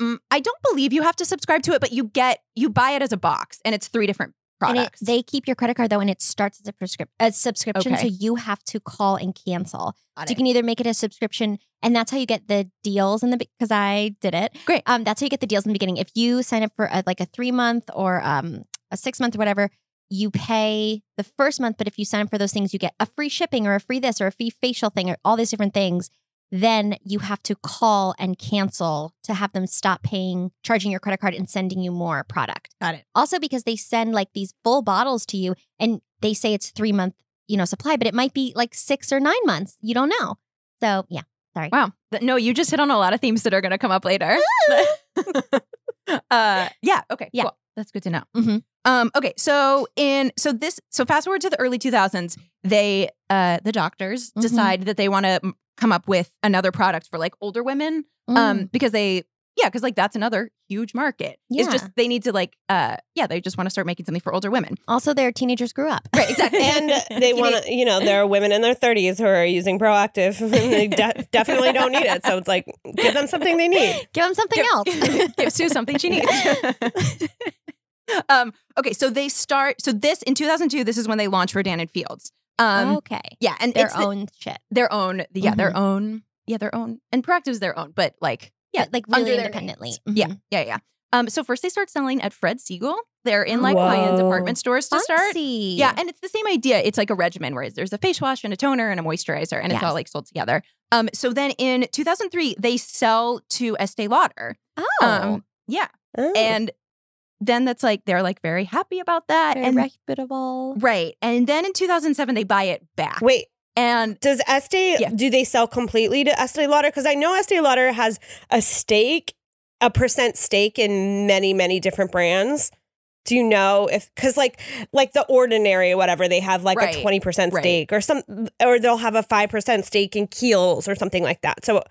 [SPEAKER 3] mm, I don't believe you have to subscribe to it, but you get you buy it as a box and it's three different
[SPEAKER 2] And it,
[SPEAKER 3] products.
[SPEAKER 2] they keep your credit card though, and it starts as a prescrip- a subscription.
[SPEAKER 3] Okay.
[SPEAKER 2] So you have they call and cancel.
[SPEAKER 3] Got
[SPEAKER 2] So you
[SPEAKER 3] it.
[SPEAKER 2] can either make it a subscription, and that's how you get the deals in the because I did it.
[SPEAKER 3] Great.
[SPEAKER 2] Um, that's how you get the deals in the beginning. If you sign up for a, like a three month or um a six month or whatever, you pay the first month. But if you sign up for those things, you get a free shipping or a free this or a free facial thing or all these different things. Then you have to call and cancel to have them stop paying, charging your credit card and sending you more product.
[SPEAKER 3] Got it.
[SPEAKER 2] Also, because they send like these full bottles to you and they say it's three month you know supply but it might be like six or nine months you don't know so yeah
[SPEAKER 3] Wow. Th- No, you just hit on a lot of themes that are going to come up *laughs* later. uh, yeah. Okay.
[SPEAKER 2] Yeah.
[SPEAKER 3] Cool. That's good to know.
[SPEAKER 2] Mhm.
[SPEAKER 3] Um, okay. So in so this so fast forward to the early 2000s, they uh, the doctors
[SPEAKER 2] Mhm.
[SPEAKER 3] decide that they want to come up with another product for like older women
[SPEAKER 2] Mm.
[SPEAKER 3] um, because they yeah because like that's another huge market. It's just
[SPEAKER 2] Yeah.
[SPEAKER 3] they need to like uh, yeah they just want to start making something for older women.
[SPEAKER 2] also their teenagers grew up
[SPEAKER 3] Right. Exactly.
[SPEAKER 1] And they want to, you know, there are women in their 30s who are using proactive *laughs* and they de- definitely don't need it. So it's like, give them something they need.
[SPEAKER 2] *laughs* give them something else *laughs*
[SPEAKER 3] Give- *laughs* give Sue something she needs. um, okay, so they start. So this in 2002, this is when they launch Rodan and Fields. Um,
[SPEAKER 2] okay
[SPEAKER 3] yeah, and
[SPEAKER 2] their
[SPEAKER 3] it's the-
[SPEAKER 2] own Mm-hmm. shit
[SPEAKER 3] their own. the- Yeah, their own. Yeah, their own. And Proactive's their own, but like yeah,
[SPEAKER 2] But, like
[SPEAKER 3] under
[SPEAKER 2] really
[SPEAKER 3] their
[SPEAKER 2] independently
[SPEAKER 3] names.
[SPEAKER 2] Mhm.
[SPEAKER 3] Yeah, yeah, yeah. Um, so first they start selling at Fred Siegel. They're in like
[SPEAKER 1] Whoa.
[SPEAKER 3] high-end department stores to start.
[SPEAKER 2] Fancy.
[SPEAKER 3] Yeah, and it's the same idea. It's like a regimen where there's a face wash and a toner and a moisturizer, and it's
[SPEAKER 2] Yes.
[SPEAKER 3] all like sold together. Um, so then in 2003, they sell to Estee Lauder.
[SPEAKER 2] oh
[SPEAKER 3] Um, yeah,
[SPEAKER 1] Oh.
[SPEAKER 3] *laughs* and then that's like they're like very happy about that
[SPEAKER 2] very
[SPEAKER 3] and
[SPEAKER 2] reputable
[SPEAKER 3] right and then in 2007 they buy it back
[SPEAKER 1] Oh. Wait,
[SPEAKER 3] and
[SPEAKER 1] does Estee,
[SPEAKER 3] Yeah.
[SPEAKER 1] do they sell completely to Estee Lauder? Because I know Estee Lauder has a stake, a percent stake in many, many different brands. Do you know if because like like the ordinary whatever they have like
[SPEAKER 3] Right.
[SPEAKER 1] a twenty percent
[SPEAKER 3] Right.
[SPEAKER 1] stake or some or they'll have a five percent stake in Keels or something like that. So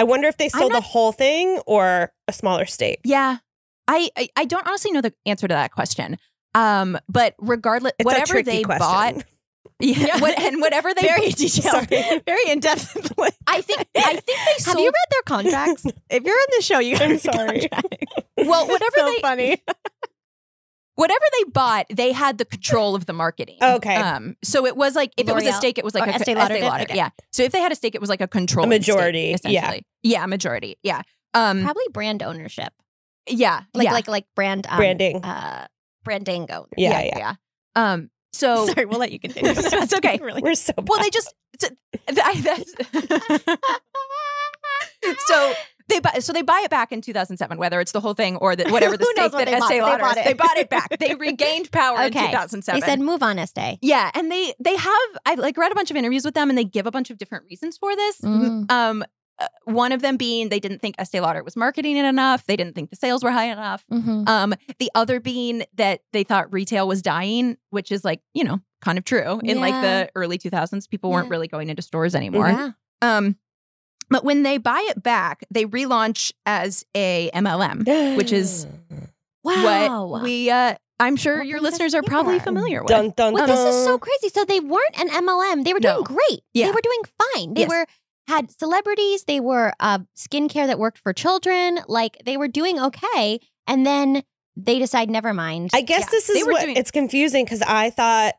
[SPEAKER 1] I wonder if they sold
[SPEAKER 3] not-
[SPEAKER 1] the whole thing or a smaller stake.
[SPEAKER 3] yeah I, I i don't honestly know the answer to that question um but regardless
[SPEAKER 1] It's a
[SPEAKER 3] whatever
[SPEAKER 1] tricky
[SPEAKER 3] they
[SPEAKER 1] question.
[SPEAKER 3] bought
[SPEAKER 1] *laughs*
[SPEAKER 3] yeah, what- and whatever they
[SPEAKER 2] very detailed
[SPEAKER 1] Sorry.
[SPEAKER 2] very in-depth
[SPEAKER 3] i think
[SPEAKER 1] *laughs*
[SPEAKER 3] i think they
[SPEAKER 2] have
[SPEAKER 3] sold
[SPEAKER 2] you read their contracts if you're on the show *laughs* you
[SPEAKER 1] I'm
[SPEAKER 2] guys
[SPEAKER 1] sorry.
[SPEAKER 2] *laughs*
[SPEAKER 1] *laughs*
[SPEAKER 3] well whatever
[SPEAKER 1] so
[SPEAKER 3] they
[SPEAKER 1] funny.
[SPEAKER 3] *laughs* whatever they bought they had the control of the marketing
[SPEAKER 1] Okay.
[SPEAKER 3] um so it was like if it was
[SPEAKER 2] L'Oreal
[SPEAKER 3] a stake it was like
[SPEAKER 2] or
[SPEAKER 3] a
[SPEAKER 2] Estee Lauder did? Okay.
[SPEAKER 3] yeah so if they had a stake it was like a control
[SPEAKER 1] majority, yeah.
[SPEAKER 3] essentially yeah. yeah majority yeah um
[SPEAKER 2] probably brand ownership
[SPEAKER 3] Yeah,
[SPEAKER 2] like
[SPEAKER 3] yeah,
[SPEAKER 2] like like brand um,
[SPEAKER 1] Branding.
[SPEAKER 2] uh brandingo
[SPEAKER 1] Yeah, yeah.
[SPEAKER 3] yeah. Um, so
[SPEAKER 2] *laughs* sorry we'll let you continue
[SPEAKER 3] *laughs* That's okay.
[SPEAKER 2] *laughs* Really
[SPEAKER 1] We're so
[SPEAKER 2] *laughs*
[SPEAKER 3] well, they just so, th- I, that's, so they buy it back in 2007, whether it's the whole thing or the, whatever the
[SPEAKER 2] Who knows what
[SPEAKER 3] stake that
[SPEAKER 2] they bought, but they
[SPEAKER 3] SA Lottery
[SPEAKER 2] bought it.
[SPEAKER 3] they bought it back. They regained power in
[SPEAKER 2] Okay.
[SPEAKER 3] 2007.
[SPEAKER 2] They said move on, Estee.
[SPEAKER 3] yeah, and they they have I like read a bunch of interviews with them, and they give a bunch of different reasons for this.
[SPEAKER 2] Mm.
[SPEAKER 3] Um, uh, one of them being they didn't think Estee Lauder was marketing it enough. They didn't think the sales were high enough.
[SPEAKER 2] Mm-hmm.
[SPEAKER 3] Um, the other being that they thought retail was dying, which is like, you know, kind of true. In like
[SPEAKER 2] Yeah.
[SPEAKER 3] the early 2000s, people weren't
[SPEAKER 2] Yeah.
[SPEAKER 3] really going into stores anymore.
[SPEAKER 2] Mm-hmm. Yeah.
[SPEAKER 3] Um, but when they buy it back, they relaunch as a MLM,
[SPEAKER 1] *gasps*
[SPEAKER 3] which is
[SPEAKER 2] Wow.
[SPEAKER 3] what we, uh, I'm sure
[SPEAKER 2] What
[SPEAKER 3] your
[SPEAKER 2] was that
[SPEAKER 3] listeners are probably
[SPEAKER 2] there?
[SPEAKER 3] familiar with.
[SPEAKER 1] dun dun.
[SPEAKER 2] Well, this is so
[SPEAKER 1] dun.
[SPEAKER 2] crazy. So they weren't an MLM. They were doing
[SPEAKER 3] No.
[SPEAKER 2] great.
[SPEAKER 3] Yeah.
[SPEAKER 2] They were doing fine. They
[SPEAKER 3] Yes.
[SPEAKER 2] were had celebrities. They were uh, skincare that worked for children. Like they were doing okay. And then they decide, never mind.
[SPEAKER 1] I guess
[SPEAKER 3] Yeah,
[SPEAKER 1] this
[SPEAKER 3] they
[SPEAKER 1] is
[SPEAKER 3] were
[SPEAKER 1] what
[SPEAKER 3] doing-
[SPEAKER 1] it's confusing because I thought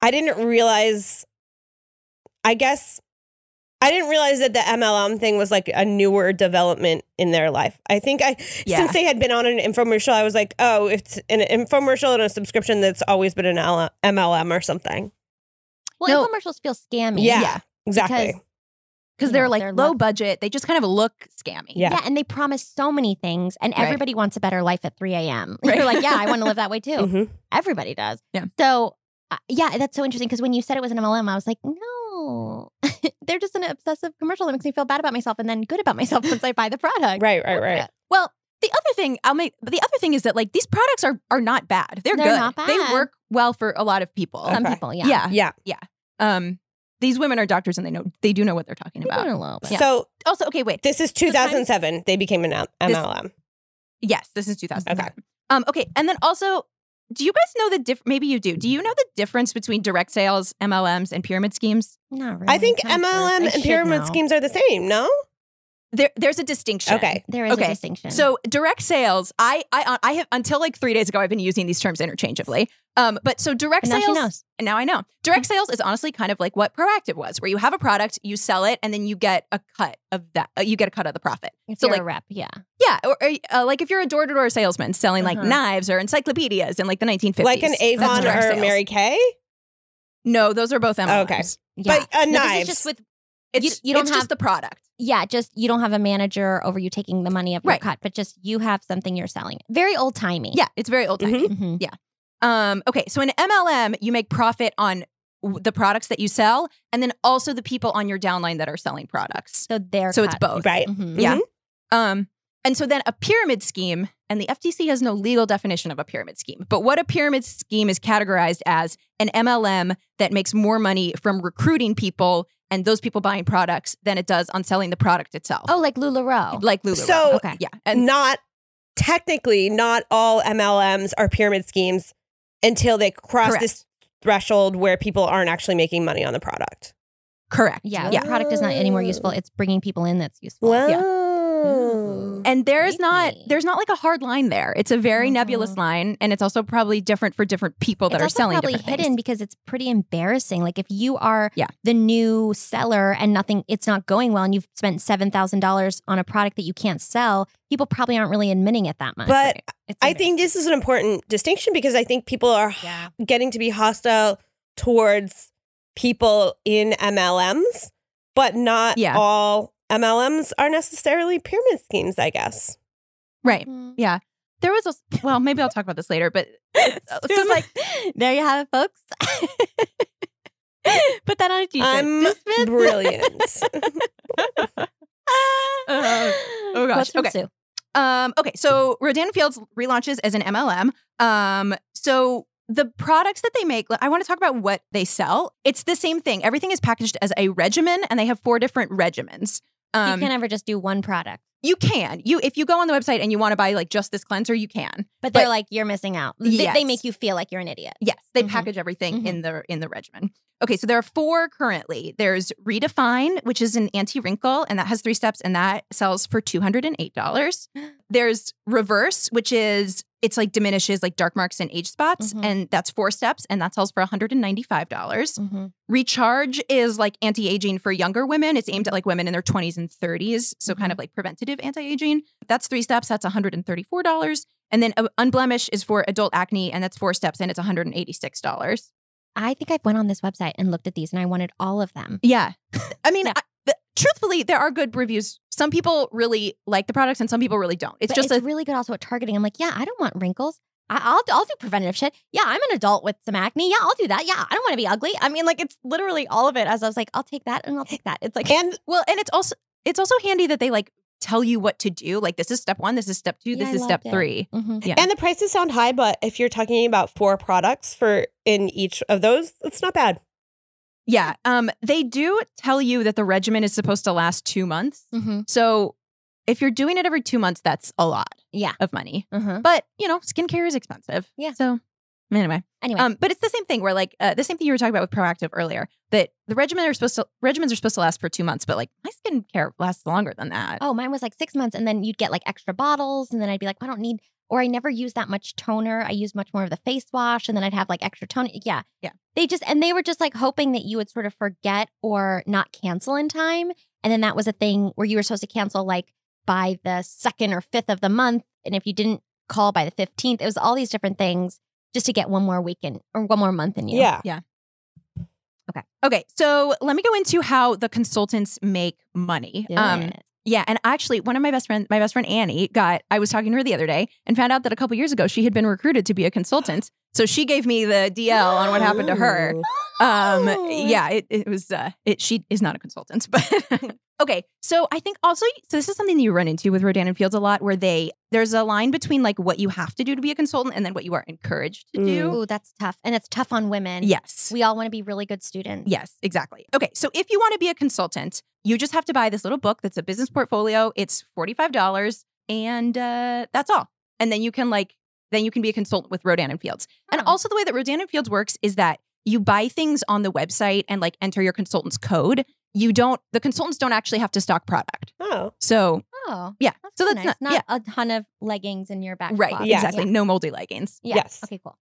[SPEAKER 1] I didn't realize. I guess I didn't realize that the MLM thing was like a newer development in their life. I think I
[SPEAKER 3] Yeah.
[SPEAKER 1] since they had been on an infomercial, I was like, oh, it's an infomercial and a subscription that's always been an L- MLM or something.
[SPEAKER 2] well,
[SPEAKER 3] No.
[SPEAKER 2] infomercials feel scammy.
[SPEAKER 1] Yeah,
[SPEAKER 3] Yeah,
[SPEAKER 1] exactly.
[SPEAKER 2] because-
[SPEAKER 3] Because
[SPEAKER 2] Yeah,
[SPEAKER 3] they're like
[SPEAKER 2] they're
[SPEAKER 3] low
[SPEAKER 2] not-
[SPEAKER 3] budget. They just kind of look scammy.
[SPEAKER 1] Yeah.
[SPEAKER 2] Yeah. and they promise so many things, and
[SPEAKER 3] Right.
[SPEAKER 2] everybody wants a better life at 3 *laughs* a.m.
[SPEAKER 3] Right.
[SPEAKER 2] You're like, yeah, I
[SPEAKER 3] *laughs*
[SPEAKER 2] want to live that way too.
[SPEAKER 1] Mhm.
[SPEAKER 2] Everybody does.
[SPEAKER 3] Yeah.
[SPEAKER 2] So, uh, yeah, that's so interesting because when you said it was an MLM, I was like, no, *laughs* they're just an obsessive commercial that makes me feel bad about myself and then good about myself once I buy the product.
[SPEAKER 3] *laughs*
[SPEAKER 1] Right, right, right.
[SPEAKER 3] Well, the other thing I'll make the other thing is that like these products are are not bad. They're,
[SPEAKER 2] They're
[SPEAKER 3] good.
[SPEAKER 2] not bad.
[SPEAKER 3] They work well for a lot of people.
[SPEAKER 2] Some
[SPEAKER 1] Okay.
[SPEAKER 2] people, yeah.
[SPEAKER 3] yeah. yeah.
[SPEAKER 1] Yeah.
[SPEAKER 3] Um these women are doctors and they know they do know what they're talking
[SPEAKER 2] They do
[SPEAKER 3] about.
[SPEAKER 2] it a little bit.
[SPEAKER 1] So
[SPEAKER 3] Also, okay, wait.
[SPEAKER 1] this is 2007. They became an M-
[SPEAKER 3] This-
[SPEAKER 1] MLM.
[SPEAKER 3] Yes, this is 2000.
[SPEAKER 1] Okay.
[SPEAKER 3] Um okay, and then also do you guys know the diff maybe you do. Do you know the difference between direct sales, MLMs and pyramid schemes?
[SPEAKER 2] Not really.
[SPEAKER 1] I think
[SPEAKER 2] Kind
[SPEAKER 1] MLM
[SPEAKER 2] of gross. I
[SPEAKER 1] and
[SPEAKER 2] should
[SPEAKER 1] pyramid
[SPEAKER 2] know.
[SPEAKER 1] schemes are the same. No.
[SPEAKER 3] There there's a distinction.
[SPEAKER 1] Okay.
[SPEAKER 2] There is a
[SPEAKER 3] Okay.
[SPEAKER 2] distinction.
[SPEAKER 3] So direct sales, I I I have until like 3 days ago I've been using these terms interchangeably. Um but so direct
[SPEAKER 2] And now she
[SPEAKER 3] sales
[SPEAKER 2] knows.
[SPEAKER 3] And now I know. Direct sales is honestly kind of like what proactive was, where you have a product, you sell it, and then you get a cut of that. uh, You get a cut of the profit.
[SPEAKER 2] If
[SPEAKER 3] so,
[SPEAKER 2] you're a
[SPEAKER 3] like-
[SPEAKER 2] rep, yeah.
[SPEAKER 3] Yeah, or, or, uh, like if you're a door to door salesman selling like
[SPEAKER 2] Uh-huh.
[SPEAKER 3] knives or encyclopedias in like the 1950s,
[SPEAKER 1] Like an
[SPEAKER 3] That's
[SPEAKER 1] Avon
[SPEAKER 3] direct
[SPEAKER 1] or a
[SPEAKER 3] sales.
[SPEAKER 1] Mary Kay,
[SPEAKER 3] No, those are both MLMs.
[SPEAKER 1] Okay.
[SPEAKER 2] Yeah.
[SPEAKER 1] but a
[SPEAKER 2] No, this
[SPEAKER 1] knife.
[SPEAKER 2] is just with
[SPEAKER 3] It's,
[SPEAKER 2] You- you don't
[SPEAKER 3] it's
[SPEAKER 2] have-
[SPEAKER 3] just the product.
[SPEAKER 2] yeah, just you don't have a manager over you taking the money of your
[SPEAKER 3] Right.
[SPEAKER 2] cut, but just you have something you're selling. Very old timey.
[SPEAKER 3] Yeah, it's very old timey.
[SPEAKER 2] Mhm.
[SPEAKER 3] Um, okay, so in MLM, you make profit on w- the products that you sell, and then also the people on your downline that are selling products.
[SPEAKER 2] So there.
[SPEAKER 3] So it's both.
[SPEAKER 1] right?
[SPEAKER 2] hmm
[SPEAKER 3] Yeah. Um, and so then a pyramid scheme, and the FTC has no legal definition of a pyramid scheme, but what a pyramid scheme is categorized as an MLM that makes more money from recruiting people and those people buying products than it does on selling the product itself.
[SPEAKER 2] Oh, like Lularoe.
[SPEAKER 3] like Lulu.
[SPEAKER 1] So-
[SPEAKER 2] Okay.
[SPEAKER 3] yeah, and
[SPEAKER 1] not technically not all MLMs are pyramid schemes until they cross
[SPEAKER 3] Correct.
[SPEAKER 1] this threshold where people aren't actually making money on the product.
[SPEAKER 3] correct.
[SPEAKER 2] Yeah,
[SPEAKER 3] yeah.
[SPEAKER 2] The product is not any more useful. It's bringing people in that's useful. Ooh.
[SPEAKER 3] And there's not
[SPEAKER 2] Maybe.
[SPEAKER 3] there's not like a hard line there. It's a very
[SPEAKER 2] Mhm.
[SPEAKER 3] nebulous line, and it's also probably different for different people that
[SPEAKER 2] it's
[SPEAKER 3] are
[SPEAKER 2] also
[SPEAKER 3] selling
[SPEAKER 2] probably
[SPEAKER 3] different
[SPEAKER 2] hidden
[SPEAKER 3] things.
[SPEAKER 2] because it's pretty embarrassing. Like if you are
[SPEAKER 3] Yeah.
[SPEAKER 2] the new seller and nothing, it's not going well, and you've spent seven thousand dollars on a product that you can't sell. People probably aren't really admitting it that much.
[SPEAKER 1] But
[SPEAKER 2] It's
[SPEAKER 1] I think this is an important distinction because I think people are
[SPEAKER 2] embarrassing. yeah,
[SPEAKER 1] getting to be hostile towards people in MLMs, but not
[SPEAKER 3] Yeah.
[SPEAKER 1] all MLMs are necessarily pyramid schemes, I
[SPEAKER 2] *laughs*
[SPEAKER 1] guess.
[SPEAKER 3] Right.
[SPEAKER 2] Mm.
[SPEAKER 1] *laughs*
[SPEAKER 3] There was a well, maybe I'll talk about this later, but
[SPEAKER 2] *laughs*
[SPEAKER 3] so like
[SPEAKER 2] there you have it,
[SPEAKER 1] *laughs*
[SPEAKER 2] folks. Put that on a t-shirt.
[SPEAKER 1] I'm
[SPEAKER 2] Dismissed. *laughs*
[SPEAKER 1] brilliant.
[SPEAKER 3] Uh, oh
[SPEAKER 2] Quotes
[SPEAKER 3] gosh.
[SPEAKER 2] from
[SPEAKER 3] Okay.
[SPEAKER 2] Sue.
[SPEAKER 3] Um, okay, so Rodan Fields relaunches as an MLM. Um, so the products that they make, I want to talk about what they sell. It's the same thing. Everything is packaged as a regimen, and they have four different regimens. Um,
[SPEAKER 2] you can ever just do one product.
[SPEAKER 3] you can. You if you go on the website and you want to buy like just this cleanser, you can.
[SPEAKER 2] But
[SPEAKER 3] But-
[SPEAKER 2] they're like, you're missing out. They- They,
[SPEAKER 3] Yes.
[SPEAKER 2] make you feel like you're an idiot.
[SPEAKER 3] Yes, they
[SPEAKER 2] Mhm.
[SPEAKER 3] package everything in the in the regimen. Okay, so there are four currently. There's Redefine, which is an anti-wrinkle, and that has three steps, and that sells for two hundred and eight dollars. There's Reverse, which is it's like diminishes like dark marks and age spots,
[SPEAKER 2] Mhm.
[SPEAKER 3] and that's four steps, and that sells for one hundred and ninety-five dollars. Recharge is like anti-aging for younger women. It's aimed at like women in their 20s and 30s, so kind of like preventative anti-aging. That's 3 steps, that's $134. And then uh, Unblemish is for adult acne and that's 4 steps and it's $186.
[SPEAKER 2] I think I went on this website and looked at these and I wanted all of them.
[SPEAKER 3] Yeah. I mean, I, the, truthfully, there are good reviews. Some people really like the products, and some people really don't. It's
[SPEAKER 2] But
[SPEAKER 3] just a
[SPEAKER 2] really good also at targeting. I'm like, yeah, I don't want wrinkles. I, I'll I'll do preventative shit. Yeah, I'm an adult with some acne. Yeah, I'll do that. Yeah, I don't want to be ugly. I mean, like it's literally all of it. As I was like, I'll take that and I'll take that. It's like
[SPEAKER 1] And
[SPEAKER 3] well, and it's also it's also handy that they like tell you what to do. Like this is step one, this is step two,
[SPEAKER 2] Yeah,
[SPEAKER 3] this
[SPEAKER 2] I
[SPEAKER 3] is step
[SPEAKER 2] loved it.
[SPEAKER 3] three.
[SPEAKER 2] Mhm.
[SPEAKER 3] Yeah.
[SPEAKER 1] and the prices sound high, but if you're talking about four products for in each of those, it's not bad.
[SPEAKER 3] Yeah. Um, they do tell you that the regimen is supposed to last two months.
[SPEAKER 2] Mhm.
[SPEAKER 3] So if you're doing it every two months, that's a lot
[SPEAKER 2] yeah.
[SPEAKER 3] of money.
[SPEAKER 2] Uh-huh.
[SPEAKER 3] But you know, skincare is expensive.
[SPEAKER 2] Yeah.
[SPEAKER 3] So anyway.
[SPEAKER 2] *laughs* Anyway,
[SPEAKER 3] Um, but it's the same thing where like uh, the same thing you were talking about with proactive earlier, that the regimen are supposed to regimens are supposed to last for two months, but like my skincare lasts longer than that.
[SPEAKER 2] oh, mine was like six months, and then you'd get like extra bottles, and then I'd be like, I don't need. Or I never use that much toner. I use much more of the face wash, and then I'd have like extra toner. Yeah,
[SPEAKER 3] Yeah.
[SPEAKER 2] They just and they were just like hoping that you would sort of forget or not cancel in time, and then that was a thing where you were supposed to cancel like by the second or fifth of the month, and if you didn't call by the fifteenth, it was all these different things just to get one more weekend or one more month in you.
[SPEAKER 1] Yeah.
[SPEAKER 3] Okay, so let me go into how the consultants make money. Um,
[SPEAKER 2] Do it.
[SPEAKER 3] Yeah, and actually, one of my best friend, my best friend Annie, got. I was talking to her the other day and found out that a couple years ago she had been recruited to be a consultant. So she gave me the DL on what happened to her.
[SPEAKER 1] Ooh.
[SPEAKER 3] Um,
[SPEAKER 2] Oh.
[SPEAKER 3] yeah, it, it was. Uh, it she is not a consultant, *laughs* but okay. So I think also, so this is something that you run into with Rodan and Fields a lot, where they there's a line between like what you have to do to be a consultant and then what you are encouraged to do.
[SPEAKER 2] Ooh, that's tough, and it's tough on women.
[SPEAKER 3] Mm. Yes,
[SPEAKER 2] we all want to be really good students.
[SPEAKER 3] Yes, exactly. Okay, so if you want to be a consultant, you just have to buy this little book that's a business portfolio. It's $45 and uh, that's all. And then you can like then you can be a consultant with Rodan and Fields. And
[SPEAKER 2] Oh.
[SPEAKER 3] also the way that Rodan and Fields works is that you buy things on the website and like enter your consultant's code. You don't the consultants don't actually have to stock product.
[SPEAKER 1] Oh.
[SPEAKER 3] So,
[SPEAKER 2] Oh,
[SPEAKER 3] yeah. so
[SPEAKER 2] kinda
[SPEAKER 3] that's
[SPEAKER 2] nice.
[SPEAKER 3] not, yeah.
[SPEAKER 2] a ton of leggings in your back.
[SPEAKER 3] Right,
[SPEAKER 2] closet.
[SPEAKER 1] Yeah.
[SPEAKER 3] exactly. No moldy leggings.
[SPEAKER 2] Yeah.
[SPEAKER 1] Yes.
[SPEAKER 2] Okay. Cool.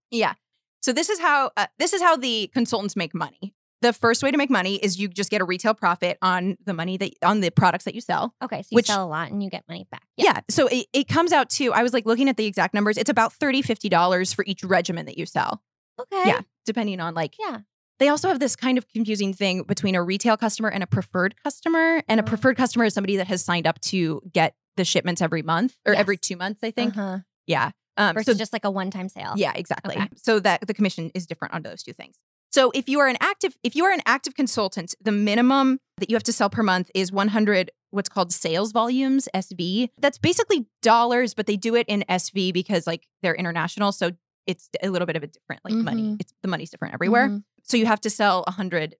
[SPEAKER 3] So this is how uh, this is how the consultants make money. The first way to make money is you just get a retail profit on the money that on the products that you sell.
[SPEAKER 2] Okay. So you
[SPEAKER 3] Which-
[SPEAKER 2] sell a lot and you get money back.
[SPEAKER 3] Yeah. So it, it comes out to I was like looking at the exact numbers. It's about $30, 50 dollars for each regimen that you sell.
[SPEAKER 2] Okay.
[SPEAKER 3] Yeah. Depending on like
[SPEAKER 2] Yeah.
[SPEAKER 3] they also have this kind of confusing thing between a retail customer and a preferred customer. And a
[SPEAKER 2] Oh.
[SPEAKER 3] preferred customer is somebody that has signed up to get the shipments every month or
[SPEAKER 2] Yes.
[SPEAKER 3] every two months, I think.
[SPEAKER 2] Uh-huh.
[SPEAKER 3] Yeah. Um,
[SPEAKER 2] Versus
[SPEAKER 3] so
[SPEAKER 2] just like a one-time sale.
[SPEAKER 3] yeah, exactly.
[SPEAKER 2] Okay.
[SPEAKER 3] So that the commission is different on those two things. So if you are an active if you are an active consultant, the minimum that you have to sell per month is 100 what's called sales volumes SV. That's basically dollars, but they do it in SV because like they're international, so it's a little bit of a different like money.
[SPEAKER 2] Mhm.
[SPEAKER 3] It's the money's different everywhere.
[SPEAKER 2] Mhm.
[SPEAKER 3] So you have to sell 100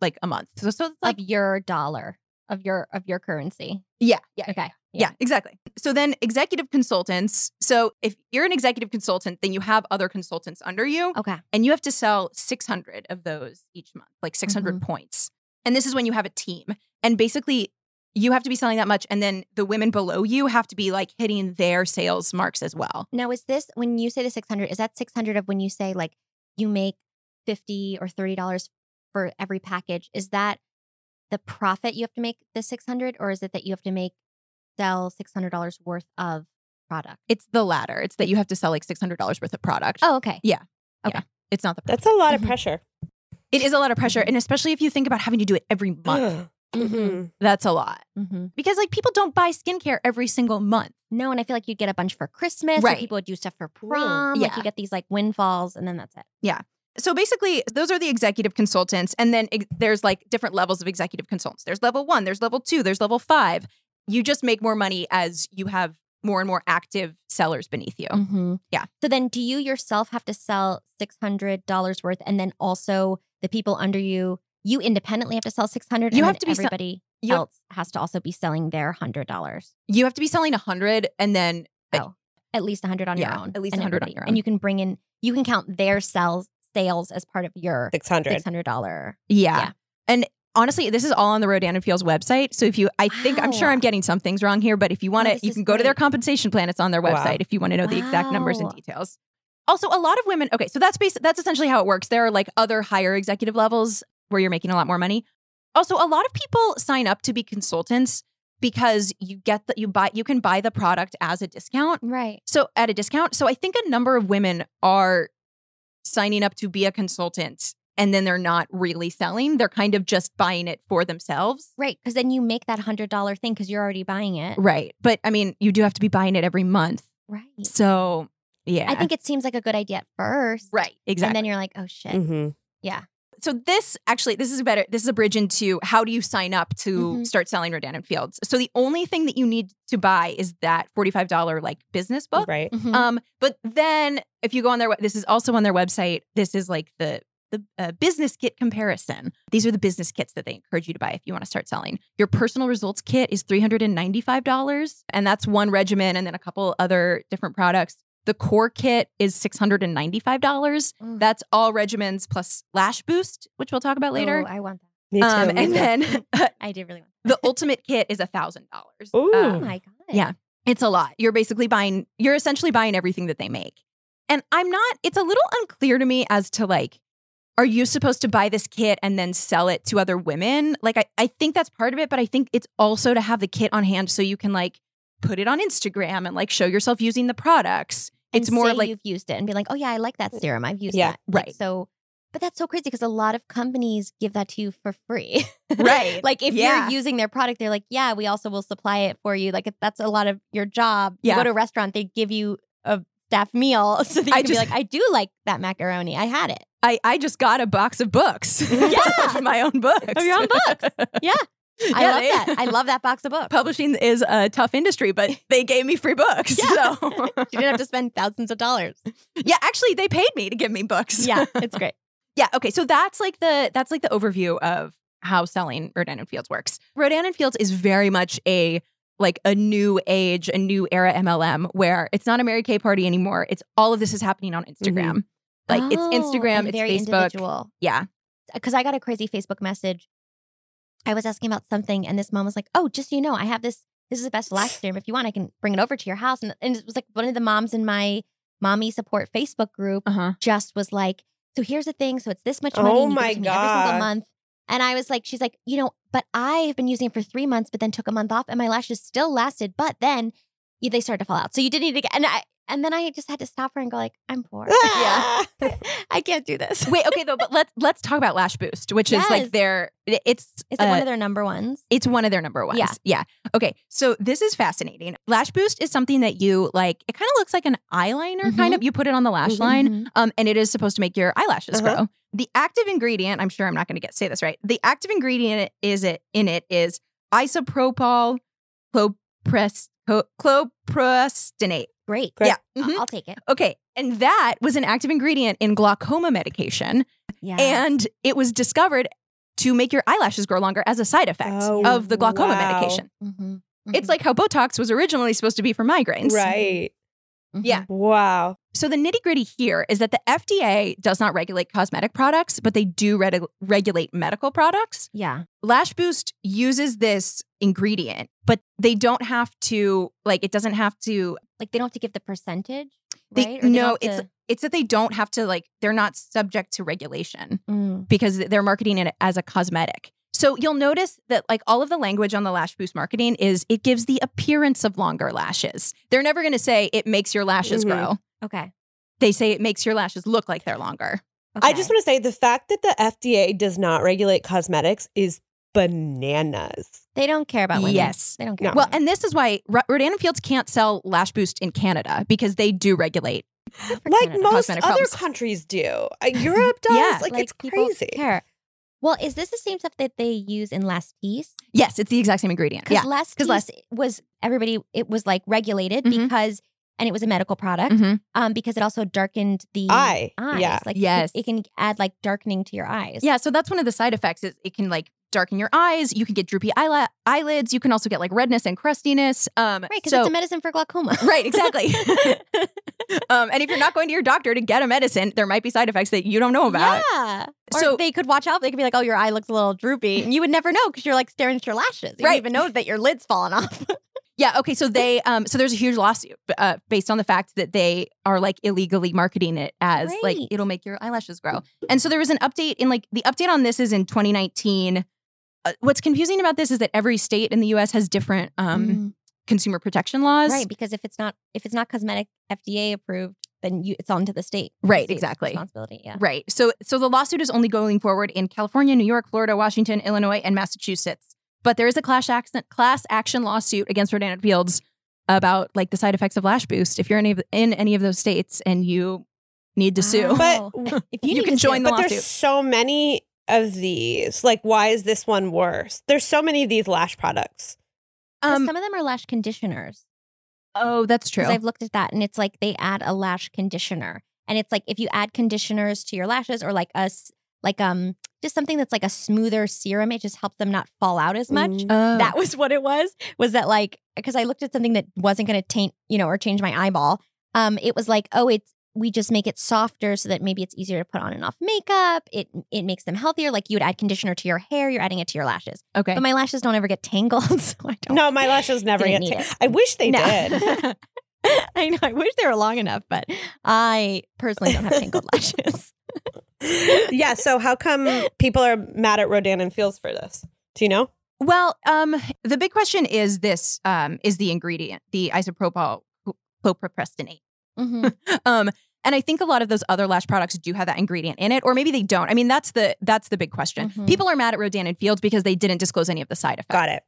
[SPEAKER 3] like a month. So so it's like
[SPEAKER 2] Of your dollar of your of your currency.
[SPEAKER 3] yeah, yeah,
[SPEAKER 2] Okay.
[SPEAKER 3] yeah, exactly. So then executive consultants. So if you're an executive consultant, then you have other consultants under you
[SPEAKER 2] Okay.
[SPEAKER 3] and you have to sell 600 of those each month, like 600 points. And this is when you have a team. And basically, you have to be selling that much. And then the women below you have to be like hitting their sales marks as well.
[SPEAKER 2] Now, is this when you say the six hundred? Is that six hundred of when you say like you make fifty or thirty dollars for every package? Is that the profit you have to make the six hundred, or is it that you have to make sell six hundred dollars worth of product?
[SPEAKER 3] It's the latter. It's that you have to sell like $600 worth of product.
[SPEAKER 2] Oh, okay.
[SPEAKER 3] It's not the
[SPEAKER 1] That's a lot
[SPEAKER 3] Mm-hmm.
[SPEAKER 1] of
[SPEAKER 2] Mhm.
[SPEAKER 1] pressure.
[SPEAKER 3] It is a lot of pressure. And especially if you think about having to do it every month,
[SPEAKER 1] Ugh.
[SPEAKER 3] Mm-hmm,
[SPEAKER 2] Mhm.
[SPEAKER 1] Mhm.
[SPEAKER 3] that's a lot.
[SPEAKER 2] Mm-hmm.
[SPEAKER 3] Because like people don't buy skincare every single month.
[SPEAKER 2] No, and I feel like you'd get a bunch for Christmas. Or
[SPEAKER 3] Right.
[SPEAKER 2] people would do stuff for prom. Like
[SPEAKER 3] Yeah.
[SPEAKER 2] you get these like windfalls, and then that's it.
[SPEAKER 3] So basically, those are the executive consultants. And then ex- there's like different levels of executive consultants. There's level one, there's level two, there's level five. You just make more money as you have more and more active sellers beneath you.
[SPEAKER 2] Mm-hmm.
[SPEAKER 3] Yeah.
[SPEAKER 2] So then, do you yourself have to sell six hundred dollars worth, and then also the people under you, you independently have to sell six hundred.
[SPEAKER 3] You have to be sell-
[SPEAKER 2] everybody
[SPEAKER 3] you have-
[SPEAKER 2] else has to also be selling their hundred dollars,
[SPEAKER 3] You have to be selling 100 and then
[SPEAKER 2] at least a hundred on your
[SPEAKER 3] Yeah,
[SPEAKER 2] own,
[SPEAKER 3] at least
[SPEAKER 2] and
[SPEAKER 3] 100 on
[SPEAKER 2] everybody-
[SPEAKER 3] your
[SPEAKER 2] and
[SPEAKER 3] own.
[SPEAKER 2] you can bring in, you can count their sales sales as part of your
[SPEAKER 1] 600.
[SPEAKER 2] six hundred dollar.
[SPEAKER 3] yeah.
[SPEAKER 2] Yeah.
[SPEAKER 3] And honestly, this is all on the Rodan and Fields website. So if you, I think, I'm sure
[SPEAKER 2] Wow.
[SPEAKER 3] I'm getting some things wrong here, but if you want
[SPEAKER 2] No,
[SPEAKER 3] to,
[SPEAKER 2] this
[SPEAKER 3] you
[SPEAKER 2] is
[SPEAKER 3] can go to their
[SPEAKER 2] great.
[SPEAKER 3] compensation plan. It's on their
[SPEAKER 1] Wow.
[SPEAKER 3] website if you want to know the exact numbers and
[SPEAKER 2] Wow.
[SPEAKER 3] details. Also, a lot of women, okay, so that's basi- that's essentially how it works. There are like other higher executive levels where you're making a lot more money. Also, a lot of people sign up to be consultants because you get that you buy you can buy the product as a discount.
[SPEAKER 2] Right.
[SPEAKER 3] So at a discount. So I think a number of women are signing up to be a consultant and then they're not really selling. They're kind of just buying it for themselves.
[SPEAKER 2] Right. Because then you make that $100 thing because you're already buying it.
[SPEAKER 3] Right. But I mean, you do have to be buying it every month.
[SPEAKER 2] Right.
[SPEAKER 3] So, yeah.
[SPEAKER 2] I think it seems like a good idea at first.
[SPEAKER 3] right. Exactly.
[SPEAKER 2] And then you're like, oh shit.
[SPEAKER 1] Mm-hmm.
[SPEAKER 3] so this actually this is a better this is a bridge into how do you sign up to
[SPEAKER 2] Mhm.
[SPEAKER 3] start selling Rodan and Fields. So the only thing that you need to buy is that $45 like business book.
[SPEAKER 1] Right.
[SPEAKER 2] Mhm.
[SPEAKER 3] Um, but then if you go on their, we- this is also on their website. This is like the the uh, business kit comparison. These are the business kits that they encourage you to buy if you want to start selling. Your personal results kit is three hundred and ninety five dollars, and that's one regimen, and then a couple other different products. The core kit is six hundred and ninety five dollars.
[SPEAKER 2] Mm.
[SPEAKER 3] That's all regimens plus Lash Boost, which we'll talk about later.
[SPEAKER 2] Oh, I want that.
[SPEAKER 1] Me too.
[SPEAKER 3] um, and then
[SPEAKER 2] *laughs*
[SPEAKER 3] *laughs*
[SPEAKER 2] I do really want
[SPEAKER 3] the ultimate kit is a thousand dollars.
[SPEAKER 1] Ooh.
[SPEAKER 2] that.
[SPEAKER 1] *laughs*
[SPEAKER 2] Oh my God.
[SPEAKER 3] Yeah. It's a lot. You're basically buying, you're essentially buying everything that they make. And I'm not, it's a little unclear to me as to like, are you supposed to buy this kit and then sell it to other women? Like, I, I think that's part of it, but I think it's also to have the kit on hand so you can like put it on Instagram and like show yourself using the products.
[SPEAKER 2] And
[SPEAKER 3] it's more
[SPEAKER 2] say
[SPEAKER 3] of like,
[SPEAKER 2] you've used it and be like, oh yeah, I like that serum. I've used
[SPEAKER 1] Yeah,
[SPEAKER 2] that. Like,
[SPEAKER 3] right.
[SPEAKER 2] So, but that's so crazy because a lot of companies give that to you for free.
[SPEAKER 3] *laughs*
[SPEAKER 2] *laughs*
[SPEAKER 3] Right.
[SPEAKER 2] like if
[SPEAKER 3] Yeah.
[SPEAKER 2] you're using their product, they're like, yeah, we also will supply it for you. Like if that's a lot of your job. You
[SPEAKER 3] Yeah.
[SPEAKER 2] go to a restaurant, they give you a staff meal *laughs* so that you
[SPEAKER 3] I
[SPEAKER 2] can be
[SPEAKER 3] just-
[SPEAKER 2] like, I do like that macaroni. I had
[SPEAKER 3] *laughs*
[SPEAKER 2] it.
[SPEAKER 3] I, I just got a box of books. *laughs*
[SPEAKER 2] Yeah.
[SPEAKER 3] Of my own books.
[SPEAKER 2] Of your own
[SPEAKER 3] books. *laughs*
[SPEAKER 2] Yeah. I love that. I love that box of books.
[SPEAKER 3] Publishing is a tough industry, but they gave me free
[SPEAKER 2] *laughs*
[SPEAKER 3] books.
[SPEAKER 2] Yeah.
[SPEAKER 3] So
[SPEAKER 2] you didn't have
[SPEAKER 3] *laughs*
[SPEAKER 2] to spend thousands of dollars.
[SPEAKER 3] Yeah, actually, they paid me to give
[SPEAKER 2] *laughs*
[SPEAKER 3] me books.
[SPEAKER 2] Yeah, it's great.
[SPEAKER 3] *laughs* yeah. Okay, so that's like the that's like the overview of how selling Rodan and Fields works. Rodan and Fields is very much a like a new age, a new era MLM where it's not a Mary Kay party anymore. It's all of this is happening on Instagram. Like it's
[SPEAKER 2] Mm-hmm. Oh,
[SPEAKER 3] Instagram,
[SPEAKER 2] and
[SPEAKER 3] it's
[SPEAKER 2] very
[SPEAKER 3] Facebook.
[SPEAKER 2] individual.
[SPEAKER 3] Yeah.
[SPEAKER 2] because I got a crazy Facebook message. I was asking about something, and this mom was like, "Oh, just so you know, I have this. This is the best lash serum. If you want, I can bring it over to your house." And, and it was like one of the moms in my mommy support Facebook group
[SPEAKER 3] Uh-huh.
[SPEAKER 2] just was like, "So here's the thing. So it's this much
[SPEAKER 1] Oh
[SPEAKER 2] money. and you give
[SPEAKER 1] my
[SPEAKER 2] it to me Every
[SPEAKER 1] God.
[SPEAKER 2] single month." And I was like, "She's like, you know, but I have been using it for three months, but then took a month off, and my lashes still lasted. But then yeah, they started to fall out. So you did need to get." And I and then I just had to stop her and go like, "I'm poor. *laughs*
[SPEAKER 1] Ah! *laughs*
[SPEAKER 2] I can't do this."
[SPEAKER 3] Wait, okay though, but let's let's talk about Lash Boost, which is
[SPEAKER 2] Yes.
[SPEAKER 3] like their it's
[SPEAKER 2] Is it one
[SPEAKER 3] uh,
[SPEAKER 2] of their number ones?
[SPEAKER 3] It's one of their number ones.
[SPEAKER 2] Yeah.
[SPEAKER 3] Yeah. Okay. So this is fascinating. Lash boost is something that you like, it kind of looks like an eyeliner,
[SPEAKER 2] Mm-hmm.
[SPEAKER 3] kind of. You put it on the lash
[SPEAKER 1] Mhm.
[SPEAKER 3] line. Um, and it is supposed to make your eyelashes
[SPEAKER 1] Uh-huh.
[SPEAKER 3] grow. The active ingredient, I'm sure I'm not gonna get say this right. The active ingredient is it in it is isopropyl cloprest co- cloprostinate.
[SPEAKER 2] Great.
[SPEAKER 1] Great.
[SPEAKER 3] Yeah. Mhm.
[SPEAKER 2] I'll take it.
[SPEAKER 3] Okay. And that was an active ingredient in glaucoma medication.
[SPEAKER 2] Yeah.
[SPEAKER 3] And it was discovered to make your eyelashes grow longer as a side effect
[SPEAKER 1] Oh,
[SPEAKER 3] of the glaucoma
[SPEAKER 1] wow.
[SPEAKER 3] medication.
[SPEAKER 2] Mhm.
[SPEAKER 3] It's like how Botox was originally supposed to be for migraines.
[SPEAKER 1] Right.
[SPEAKER 2] Mhm.
[SPEAKER 3] yeah.
[SPEAKER 1] Wow.
[SPEAKER 3] So the nitty gritty here is that the FDA does not regulate cosmetic products, but they do reg- regulate medical products.
[SPEAKER 2] Yeah.
[SPEAKER 3] Lash Boost uses this ingredient, but they don't have to, like, it doesn't have to,
[SPEAKER 2] Like they don't have to give the percentage,
[SPEAKER 3] They-
[SPEAKER 2] right?
[SPEAKER 3] no,
[SPEAKER 2] don't have
[SPEAKER 3] it's- it's that they don't have to, like, they're not subject to regulation.
[SPEAKER 2] to- Mm.
[SPEAKER 3] because they're marketing it as a cosmetic. So you'll notice that like all of the language on the lash boost marketing is it gives the appearance of longer lashes. They're never going to say it makes your lashes
[SPEAKER 1] Mhm.
[SPEAKER 2] Mm-hmm.
[SPEAKER 3] grow.
[SPEAKER 2] Okay.
[SPEAKER 3] They say it makes your lashes look like they're longer.
[SPEAKER 1] I just
[SPEAKER 2] Okay.
[SPEAKER 1] want to say the fact that the FDA does not regulate cosmetics is bananas.
[SPEAKER 2] they don't care about women.
[SPEAKER 3] Yes.
[SPEAKER 2] They don't care.
[SPEAKER 1] No.
[SPEAKER 3] Well,
[SPEAKER 2] about
[SPEAKER 3] and this is why R- Rodan and Fields can't sell lash boost in Canada because they do regulate.
[SPEAKER 2] women. For
[SPEAKER 1] Like
[SPEAKER 2] Canada.
[SPEAKER 1] most other
[SPEAKER 3] cosmetic problems.
[SPEAKER 1] countries do. Uh, Europe does.
[SPEAKER 3] *laughs* Yeah.
[SPEAKER 1] like, it's
[SPEAKER 2] people
[SPEAKER 1] crazy.
[SPEAKER 2] Care. Well, is this the same stuff that they use in Last Piece?
[SPEAKER 3] Yes, it's the exact same ingredient.
[SPEAKER 2] Because
[SPEAKER 3] Yeah.
[SPEAKER 2] Last
[SPEAKER 3] 'cause
[SPEAKER 2] Piece
[SPEAKER 3] Last-
[SPEAKER 2] was everybody. It was like regulated
[SPEAKER 3] Mhm.
[SPEAKER 2] because, and it was a medical product.
[SPEAKER 3] Mhm.
[SPEAKER 2] Um, because it also darkened the
[SPEAKER 1] Eye.
[SPEAKER 2] eyes. *laughs*
[SPEAKER 1] Yeah.
[SPEAKER 2] Like it-
[SPEAKER 3] Yes.
[SPEAKER 2] it, can add like darkening to your eyes.
[SPEAKER 3] Yeah, so that's one of the side effects is it can like darken your eyes, you can get droopy eyela- eyelids, you can also get like redness and crustiness. Um
[SPEAKER 2] Right. Because
[SPEAKER 3] so-
[SPEAKER 2] it's a medicine for glaucoma.
[SPEAKER 3] *laughs*
[SPEAKER 2] *laughs*
[SPEAKER 3] Right, exactly. um, and if you're not going to your doctor to get a medicine, there might be side effects that you don't know about.
[SPEAKER 2] Yeah.
[SPEAKER 3] So-
[SPEAKER 2] or they could watch out. They could be like, "Oh, your eye looks a little droopy," and you would never know because you're like staring at your lashes. You
[SPEAKER 3] Right.
[SPEAKER 2] don't even know that your lid's fallen
[SPEAKER 3] *laughs*
[SPEAKER 2] off.
[SPEAKER 3] Yeah. Okay. So they, um, so there's a huge lawsuit uh, based on the fact that they are like illegally marketing it as like
[SPEAKER 2] Great.
[SPEAKER 3] it'll make your eyelashes grow. And so there was an update in like the update on this is in 2019. Uh, what's confusing about this is that every state in the U.S. has
[SPEAKER 2] Mm.
[SPEAKER 3] different um, consumer protection laws.
[SPEAKER 2] right, because if it's not if it's not cosmetic FDA approved, then you, it's on to the state.
[SPEAKER 3] Right,
[SPEAKER 2] State's
[SPEAKER 3] exactly.
[SPEAKER 2] Responsibility. Yeah.
[SPEAKER 3] Right. So so the lawsuit is only going forward in California, New York, Florida, Washington, Illinois, and Massachusetts. But there is a class action class action lawsuit against Rodan Fields about like the side effects of Lash Boost. If you're in any of, in any of those states and you need to sue,
[SPEAKER 1] But
[SPEAKER 2] Wow.
[SPEAKER 1] w-
[SPEAKER 2] if
[SPEAKER 3] you
[SPEAKER 2] need
[SPEAKER 3] can
[SPEAKER 2] to
[SPEAKER 3] join
[SPEAKER 2] sue-
[SPEAKER 3] the
[SPEAKER 1] But
[SPEAKER 3] lawsuit.
[SPEAKER 1] there's so many of these. Like, why is this one worse? There's so many of these lash products.
[SPEAKER 2] 'cause
[SPEAKER 3] um,
[SPEAKER 2] some of them are lash conditioners.
[SPEAKER 3] oh, that's true.
[SPEAKER 2] Because I've looked at that and it's like they add a lash conditioner. And it's like if you add conditioners to your lashes or like us like um just something that's like a smoother serum, it just helps them not fall out as much.
[SPEAKER 1] Mm.
[SPEAKER 3] Oh.
[SPEAKER 2] That was what it was. Was that like because I looked at something that wasn't going to taint, you know, or change my eyeball. Um, it was like, oh, it's we just make it softer so that maybe it's easier to put on and off makeup. It it makes them healthier. Like you would add conditioner to your hair, you're adding it to your lashes.
[SPEAKER 3] okay.
[SPEAKER 2] But my lashes don't ever get tangled, *laughs* so I don't.
[SPEAKER 1] No, my lashes never get.
[SPEAKER 2] Oh. Didn't need
[SPEAKER 1] ta- I wish they
[SPEAKER 2] No.
[SPEAKER 1] did.
[SPEAKER 2] *laughs* I know. I wish they were long enough, but I personally don't have
[SPEAKER 1] *laughs*
[SPEAKER 2] tangled lashes.
[SPEAKER 1] yeah. So how come people are mad at Rodan and Fields for this? Do you know?
[SPEAKER 3] Well, um, the big question is this: um, is the ingredient the isopropyl
[SPEAKER 1] Mm-hmm.
[SPEAKER 3] cloprocrastinate?
[SPEAKER 2] *laughs* Mhm.
[SPEAKER 3] Um, and I think a lot of those other lash products do have that ingredient in it, or maybe they don't. I mean, that's the that's the big question.
[SPEAKER 2] Mhm.
[SPEAKER 3] People are mad at Rodan and Fields because they didn't disclose any of the side effects.
[SPEAKER 1] Got it.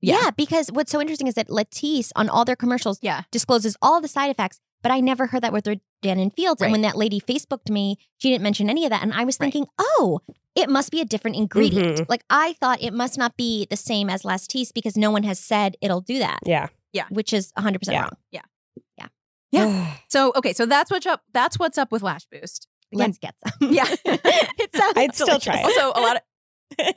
[SPEAKER 3] Yeah.
[SPEAKER 2] Yeah. because what's so interesting is that Latisse on all their commercials
[SPEAKER 3] Yeah.
[SPEAKER 2] discloses all the side effects, but I never heard that with their Dan and Fields.
[SPEAKER 3] Right.
[SPEAKER 2] And when that lady Facebooked me, she didn't mention any of that. And I was
[SPEAKER 3] Right.
[SPEAKER 2] thinking, oh, it must be a different ingredient.
[SPEAKER 1] Mhm.
[SPEAKER 2] Like I thought it must not be the same as Latisse because no one has said it'll do that,
[SPEAKER 1] Yeah.
[SPEAKER 2] which is 100%
[SPEAKER 1] Yeah.
[SPEAKER 2] wrong.
[SPEAKER 1] *sighs*
[SPEAKER 3] Yeah. So okay, so that's what's up. That's what's up with Lash Boost. Again,
[SPEAKER 2] Let's get some.
[SPEAKER 3] *laughs* yeah,
[SPEAKER 2] *laughs*
[SPEAKER 3] it sounds.
[SPEAKER 1] I'd still try it.
[SPEAKER 3] *laughs* Also, a lot of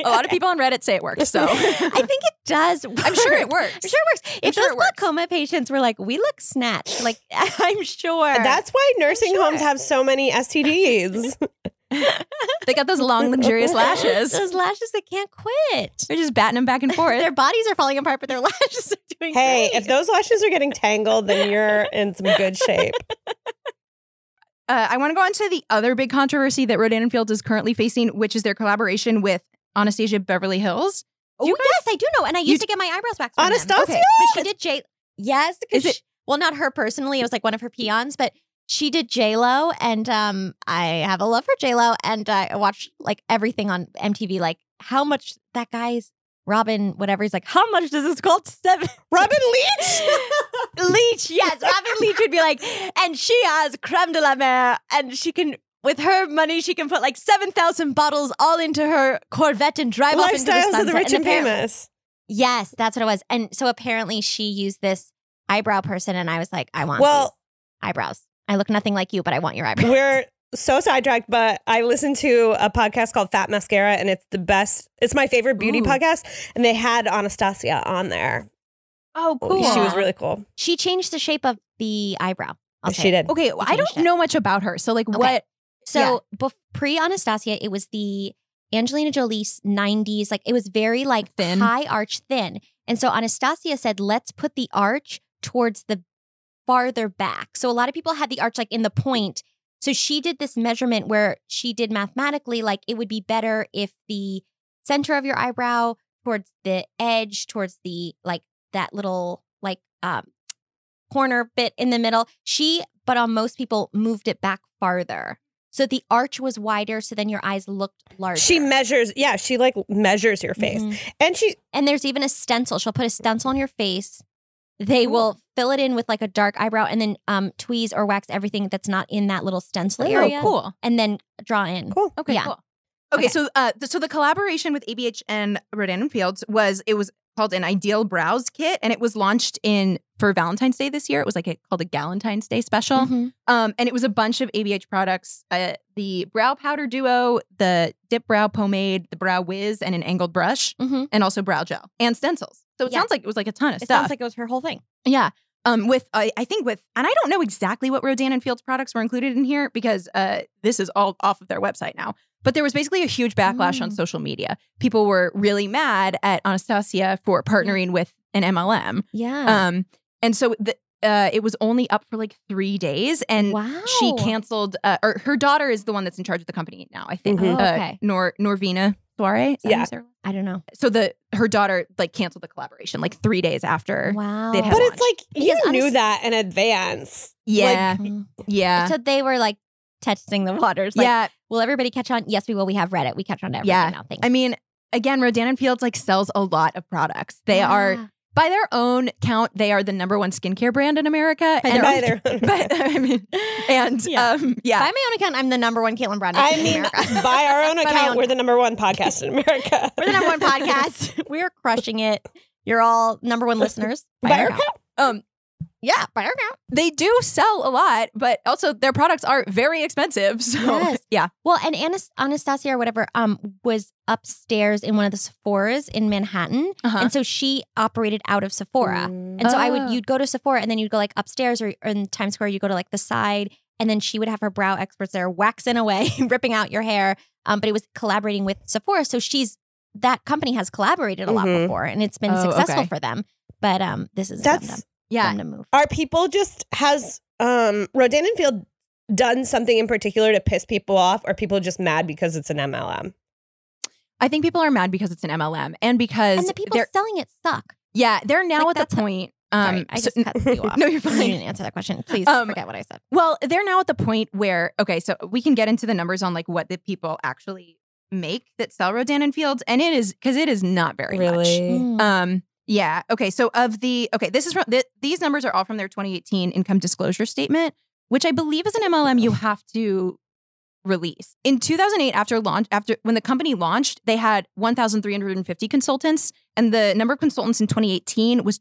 [SPEAKER 3] a lot of people on Reddit say it
[SPEAKER 1] *laughs*
[SPEAKER 3] works. So *laughs*
[SPEAKER 2] I think it does.
[SPEAKER 3] I'm sure
[SPEAKER 2] work.
[SPEAKER 3] it works.
[SPEAKER 2] I'm sure it works.
[SPEAKER 3] I'm
[SPEAKER 2] if
[SPEAKER 3] sure
[SPEAKER 2] those
[SPEAKER 3] it works.
[SPEAKER 2] glaucoma patients were like, we look snatched, like *laughs* I'm sure
[SPEAKER 1] That's why nursing
[SPEAKER 2] Sure.
[SPEAKER 1] homes have so many STDs.
[SPEAKER 3] they got those long, luxurious lashes.
[SPEAKER 2] those lashes that can't quit.
[SPEAKER 3] They're just batting them back *laughs* and forth.
[SPEAKER 2] Their bodies are falling apart, but their *laughs* lashes are doing
[SPEAKER 1] hey,
[SPEAKER 2] great.
[SPEAKER 1] if those lashes are getting tangled, then you're in some good shape.
[SPEAKER 3] Uh, I want to go on to the other big controversy that Rodan and Fields is currently facing, which is their collaboration with Anastasia Beverly Hills.
[SPEAKER 2] oh,
[SPEAKER 3] you
[SPEAKER 2] yes, I do know, and I
[SPEAKER 3] you
[SPEAKER 2] used to get my eyebrows waxed. from them.
[SPEAKER 1] Anastasia?
[SPEAKER 2] Okay, but she did J. Yes, 'cause
[SPEAKER 3] Is it-
[SPEAKER 2] she- well, not her personally. It was like one of her peons, but she did J Lo, and um, I have a love for J Lo, and I watched like everything on MTV, like how much that guy's Robin, whatever. He's like, how much does this called *laughs* seven?
[SPEAKER 1] Robin Leach.
[SPEAKER 2] Leach, yes. Robin Leach would be like, and she has creme de la mer, and she can, with her money, she can put like 7,000 bottles all into her Corvette and drive off into the sunset.
[SPEAKER 1] Lifestyles of the rich and
[SPEAKER 2] apparently-
[SPEAKER 1] famous.
[SPEAKER 2] Yes, that's what it was. And so apparently she used this eyebrow person, and I was like, I want
[SPEAKER 1] Well-
[SPEAKER 2] these eyebrows. I look nothing like you, but I want your
[SPEAKER 1] *laughs*
[SPEAKER 2] eyebrows.
[SPEAKER 1] We're so sidetracked, but I listened to a podcast called Fat Mascara, and it's the best. It's my favorite beauty
[SPEAKER 3] Ooh.
[SPEAKER 1] podcast, and they had Anastasia on there.
[SPEAKER 3] Oh,
[SPEAKER 1] She was
[SPEAKER 2] Cool.
[SPEAKER 1] really cool.
[SPEAKER 2] she changed the shape of the eyebrow. I'll say
[SPEAKER 1] she
[SPEAKER 2] it.
[SPEAKER 1] did.
[SPEAKER 3] Okay, well, I
[SPEAKER 2] changed
[SPEAKER 3] don't
[SPEAKER 2] it.
[SPEAKER 3] know much about her. So, like,
[SPEAKER 2] Okay.
[SPEAKER 3] what?
[SPEAKER 2] So bef- pre Anastasia, it was the Angelina Jolie's 90s. Like it was very like
[SPEAKER 3] Thin.
[SPEAKER 2] high arch thin. And so Anastasia said, let's put the arch towards the farther back. So a lot of people had the arch like in the point. So she did this measurement where she did mathematically, like it would be better if the center of your eyebrow towards the edge, towards the like that little like um corner bit in the middle. She, but on most people, moved it back farther. So the arch was wider, so then your eyes looked larger.
[SPEAKER 1] She measures. Yeah, she like measures your face,
[SPEAKER 2] Mhm.
[SPEAKER 1] and she
[SPEAKER 2] And there's even a stencil. She'll put a stencil on your face. They will fill it in with like a dark eyebrow and then um tweeze or wax everything that's not in that little stencil area.
[SPEAKER 3] Oh, cool.
[SPEAKER 2] And then draw in.
[SPEAKER 1] cool.
[SPEAKER 3] Okay,
[SPEAKER 2] Yeah.
[SPEAKER 3] cool. Okay,
[SPEAKER 2] Okay.
[SPEAKER 3] so uh, th- so the collaboration with ABH and Rodan and Fields was it was called an Ideal Brows Kit, and it was launched in for Valentine's Day this year. It was like a, called a Galentine's Day special.
[SPEAKER 2] Mhm.
[SPEAKER 3] Um, and it was a bunch of ABH products: uh, the brow powder duo, the dip brow pomade, the brow whiz, and an angled brush,
[SPEAKER 2] Mhm.
[SPEAKER 3] and also brow gel and stencils. So it
[SPEAKER 2] Yeah.
[SPEAKER 3] sounds like it was like a ton of
[SPEAKER 2] It
[SPEAKER 3] stuff.
[SPEAKER 2] sounds like it was her whole thing.
[SPEAKER 3] yeah. Um, with I I think with, and I don't know exactly what Rodan and Fields products were included in here because uh, this is all off of their website now. But there was basically a huge backlash on
[SPEAKER 2] Mm.
[SPEAKER 3] social media. People were really mad at Anastasia for partnering with an MLM.
[SPEAKER 2] Yeah.
[SPEAKER 3] Um, and so the, uh, it was only up for like three days, and
[SPEAKER 2] wow.
[SPEAKER 3] she canceled uh, or her daughter is the one that's in charge of the company now i think
[SPEAKER 1] Mhm.
[SPEAKER 2] Oh,
[SPEAKER 3] Uh,
[SPEAKER 2] okay.
[SPEAKER 3] nor norvina soiree. Is that how you
[SPEAKER 1] Yeah.
[SPEAKER 3] say her-
[SPEAKER 2] I don't know.
[SPEAKER 3] So the her daughter like canceled the collaboration like three days after.
[SPEAKER 2] Wow.
[SPEAKER 3] they'd have
[SPEAKER 1] But
[SPEAKER 3] Go
[SPEAKER 1] it's
[SPEAKER 3] on.
[SPEAKER 1] like you
[SPEAKER 2] Because
[SPEAKER 1] knew
[SPEAKER 2] honest-
[SPEAKER 1] that in advance.
[SPEAKER 3] Yeah,
[SPEAKER 2] Mhm.
[SPEAKER 3] yeah,
[SPEAKER 2] So they were like testing the waters. Like,
[SPEAKER 3] yeah.
[SPEAKER 2] Will everybody catch on? Yes, we will. We have Reddit. We catch on to everything
[SPEAKER 3] Yeah.
[SPEAKER 2] now. Thanks.
[SPEAKER 3] I mean, again, Rodan and Fields like sells a lot of products. They are
[SPEAKER 2] Yeah.
[SPEAKER 3] by their own count, they are the number one skincare brand in America.
[SPEAKER 2] By
[SPEAKER 3] and
[SPEAKER 1] By
[SPEAKER 2] *laughs*
[SPEAKER 1] their own
[SPEAKER 3] *laughs* but I mean, and
[SPEAKER 2] Yeah.
[SPEAKER 3] um, yeah,
[SPEAKER 2] By my own account, I'm the number one Caitlin
[SPEAKER 1] *laughs*
[SPEAKER 2] Brown.
[SPEAKER 1] I
[SPEAKER 2] in
[SPEAKER 1] mean,
[SPEAKER 3] *laughs*
[SPEAKER 2] America.
[SPEAKER 1] by our own
[SPEAKER 2] *laughs* By my
[SPEAKER 1] account,
[SPEAKER 2] own
[SPEAKER 1] we're the number one podcast in America.
[SPEAKER 2] We're the
[SPEAKER 1] *laughs*
[SPEAKER 2] number
[SPEAKER 3] *laughs*
[SPEAKER 2] one podcast. we are crushing it. You're all number one listeners.
[SPEAKER 1] By our
[SPEAKER 2] account.
[SPEAKER 3] um,
[SPEAKER 2] Yeah, by our account.
[SPEAKER 3] they do sell a lot, but also their products are very expensive. *laughs* So
[SPEAKER 2] Yes.
[SPEAKER 3] yeah,
[SPEAKER 2] Well, and Anas- Anastasia or whatever um was upstairs in one of the Sephora's in Manhattan,
[SPEAKER 3] Uh-huh.
[SPEAKER 2] and so she operated out of Sephora.
[SPEAKER 1] Mm.
[SPEAKER 2] And so I
[SPEAKER 3] Oh.
[SPEAKER 2] would you'd go to Sephora and then you'd go like upstairs or, or in Times Square you go to like the side and then she would have her brow experts there waxing away, *laughs* ripping out your hair. Um, but it was collaborating with Sephora, so she's that company has collaborated a lot
[SPEAKER 1] Mhm.
[SPEAKER 2] before and it's been
[SPEAKER 3] Oh,
[SPEAKER 2] successful
[SPEAKER 3] okay.
[SPEAKER 2] for them. But um, this is dumb, dumb,
[SPEAKER 1] That's
[SPEAKER 3] yeah.
[SPEAKER 2] dumb to move.
[SPEAKER 1] are people just has um Rodan and Field done something in particular to piss people off? Or are people just mad because it's an MLM?
[SPEAKER 3] I think people are mad because it's an MLM and because
[SPEAKER 2] And the people
[SPEAKER 3] they're
[SPEAKER 2] selling it suck.
[SPEAKER 3] yeah they're now
[SPEAKER 2] Like,
[SPEAKER 3] at
[SPEAKER 2] that's-
[SPEAKER 3] the point.
[SPEAKER 2] Sorry,
[SPEAKER 3] Um,
[SPEAKER 2] I
[SPEAKER 3] so-
[SPEAKER 2] just cut you off.
[SPEAKER 3] *laughs* no, you're
[SPEAKER 2] I
[SPEAKER 3] fine.
[SPEAKER 2] didn't answer that question. Please
[SPEAKER 3] Um,
[SPEAKER 2] forget what I said.
[SPEAKER 3] Well, they're now at the point where okay, so we can get into the numbers on like what the people actually make that sell Rodan and Fields, and it is because it is not very much.
[SPEAKER 2] Mm.
[SPEAKER 3] Um, yeah. Okay. So of the okay, this is from th- these numbers are all from their 2018 income disclosure statement, which I believe is an MLM you have to release in 2008 after launch after when the company launched they had 1350 consultants and the number of consultants in 2018 was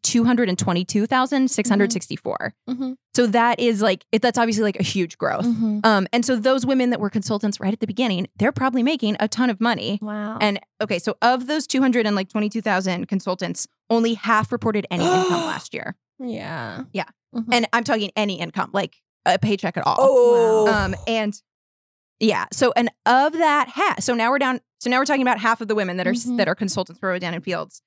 [SPEAKER 3] 222664
[SPEAKER 2] Mhm.
[SPEAKER 3] so that is like it, that's obviously like a huge growth
[SPEAKER 2] Mhm.
[SPEAKER 3] um and so those women that were consultants right at the beginning they're probably making a ton of money
[SPEAKER 2] Wow.
[SPEAKER 3] and okay, so of those 200 and like 22,000 consultants, only half reported any income last year.
[SPEAKER 2] yeah.
[SPEAKER 3] Yeah.
[SPEAKER 2] Mhm.
[SPEAKER 3] And I'm talking any income, like a paycheck at all.
[SPEAKER 1] Oh,
[SPEAKER 3] Um and yeah, so and of that half, so now we're down so now we're talking about half of the women that are
[SPEAKER 2] Mhm.
[SPEAKER 3] that are consultants for Rodan and Fields.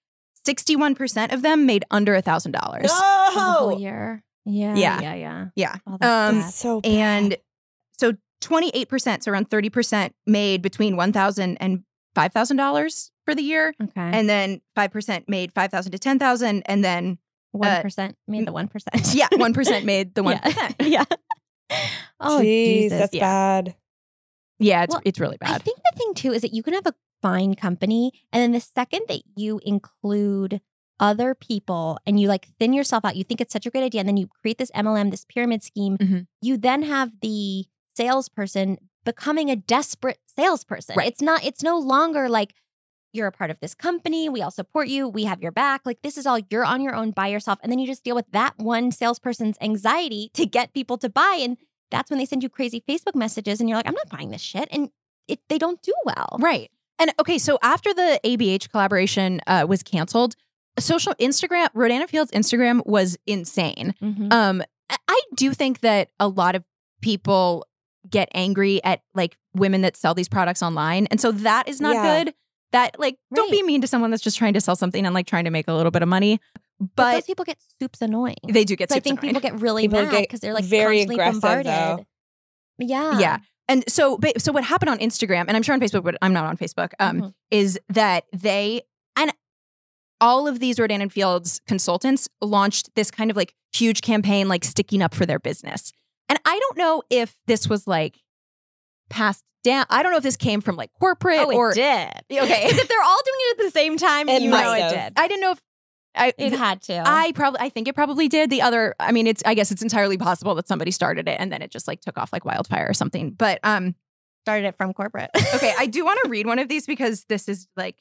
[SPEAKER 3] 61% of them made under a $1,000.
[SPEAKER 2] For the whole
[SPEAKER 1] no,
[SPEAKER 2] year. Yeah.
[SPEAKER 3] Oh! Yeah.
[SPEAKER 2] Yeah. Yeah.
[SPEAKER 3] Yeah.
[SPEAKER 2] Oh, that's
[SPEAKER 3] Um,
[SPEAKER 2] bad.
[SPEAKER 1] That's so bad.
[SPEAKER 3] And so 28%, so around 30% made between 1,000 and $5,000 for the year.
[SPEAKER 2] okay.
[SPEAKER 3] and then 5% made 5000 to 10000 and then
[SPEAKER 2] One percent made the one percent.
[SPEAKER 3] Uh, *laughs* yeah
[SPEAKER 2] *laughs*
[SPEAKER 3] 1% made the one
[SPEAKER 2] Yeah. yeah. Oh
[SPEAKER 1] Jeez,
[SPEAKER 2] Jesus.
[SPEAKER 1] that's
[SPEAKER 3] yeah.
[SPEAKER 1] bad.
[SPEAKER 3] *laughs* Yeah, it's,
[SPEAKER 2] Well,
[SPEAKER 3] it's really
[SPEAKER 2] I
[SPEAKER 3] bad
[SPEAKER 2] think the thing too is that you can have a fine company, and then the second that you include other people and you like thin yourself out, you think it's such a great idea, and then you create this MLM, this pyramid scheme.
[SPEAKER 3] Mhm.
[SPEAKER 2] You then have the salesperson becoming a desperate salesperson.
[SPEAKER 3] Right.
[SPEAKER 2] It's not. It's no longer like you're a part of this company. We all support you. We have your back. Like this is all you're on your own by yourself, and then you just deal with that one salesperson's anxiety to get people to buy and. That's when they send you crazy Facebook messages, and you're like, "I'm not buying this shit," and it, they don't do well.
[SPEAKER 3] right and okay so after the abh collaboration uh, was canceled social instagram rodana field's instagram was insane
[SPEAKER 2] Mm-hmm.
[SPEAKER 3] um I- i do think that a lot of people get angry at like women that sell these products online and so that is not
[SPEAKER 1] Yeah.
[SPEAKER 3] good that like don't be
[SPEAKER 2] Right.
[SPEAKER 3] mean to someone that's just trying to sell something and like trying to make a little bit of money but,
[SPEAKER 2] But those people get soups annoying.
[SPEAKER 3] they do get
[SPEAKER 2] so I
[SPEAKER 3] super
[SPEAKER 2] think
[SPEAKER 3] annoyed.
[SPEAKER 2] people get really
[SPEAKER 1] People
[SPEAKER 2] mad
[SPEAKER 1] get
[SPEAKER 2] because they're like
[SPEAKER 1] very
[SPEAKER 2] constantly
[SPEAKER 1] aggressive,
[SPEAKER 2] bombarded.
[SPEAKER 1] though.
[SPEAKER 2] Yeah.
[SPEAKER 3] Yeah. And so, ba- so what happened on Instagram, and I'm sure on Facebook, but I'm not on Facebook, um,
[SPEAKER 2] Mhm.
[SPEAKER 3] is that they and all of these Rodan and Fields consultants launched this kind of like huge campaign, like sticking up for their business. And I don't know if this was like passed down. I don't know if this came from like corporate
[SPEAKER 2] Oh, it
[SPEAKER 3] or
[SPEAKER 2] did.
[SPEAKER 3] okay.
[SPEAKER 2] Because if they're all doing it at the same time,
[SPEAKER 1] It
[SPEAKER 2] you know
[SPEAKER 1] must
[SPEAKER 2] it
[SPEAKER 1] have.
[SPEAKER 2] did.
[SPEAKER 3] I didn't know if I.
[SPEAKER 2] It had to.
[SPEAKER 3] I probably, I think it probably did. The other, I mean, it's, I guess it's entirely possible that somebody started it and then it just like took off like wildfire or something. But, um,
[SPEAKER 2] started it from corporate.
[SPEAKER 3] Okay, I do want to read one of these because this is like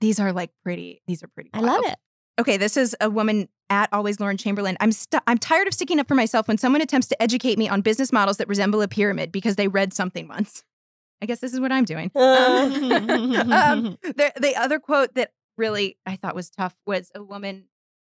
[SPEAKER 3] these are like pretty. These are pretty.
[SPEAKER 2] *laughs* I love
[SPEAKER 3] wild. *laughs*
[SPEAKER 2] it.
[SPEAKER 3] Okay, this is a woman at Always Lauren Chamberlain. I'm st- I'm tired of sticking up for myself when someone attempts to educate me on business models that resemble a pyramid because they read something once. I guess this is what I'm doing.
[SPEAKER 2] Uh. *laughs*
[SPEAKER 3] Um, *laughs* um, the, the other quote that really I thought was tough was a woman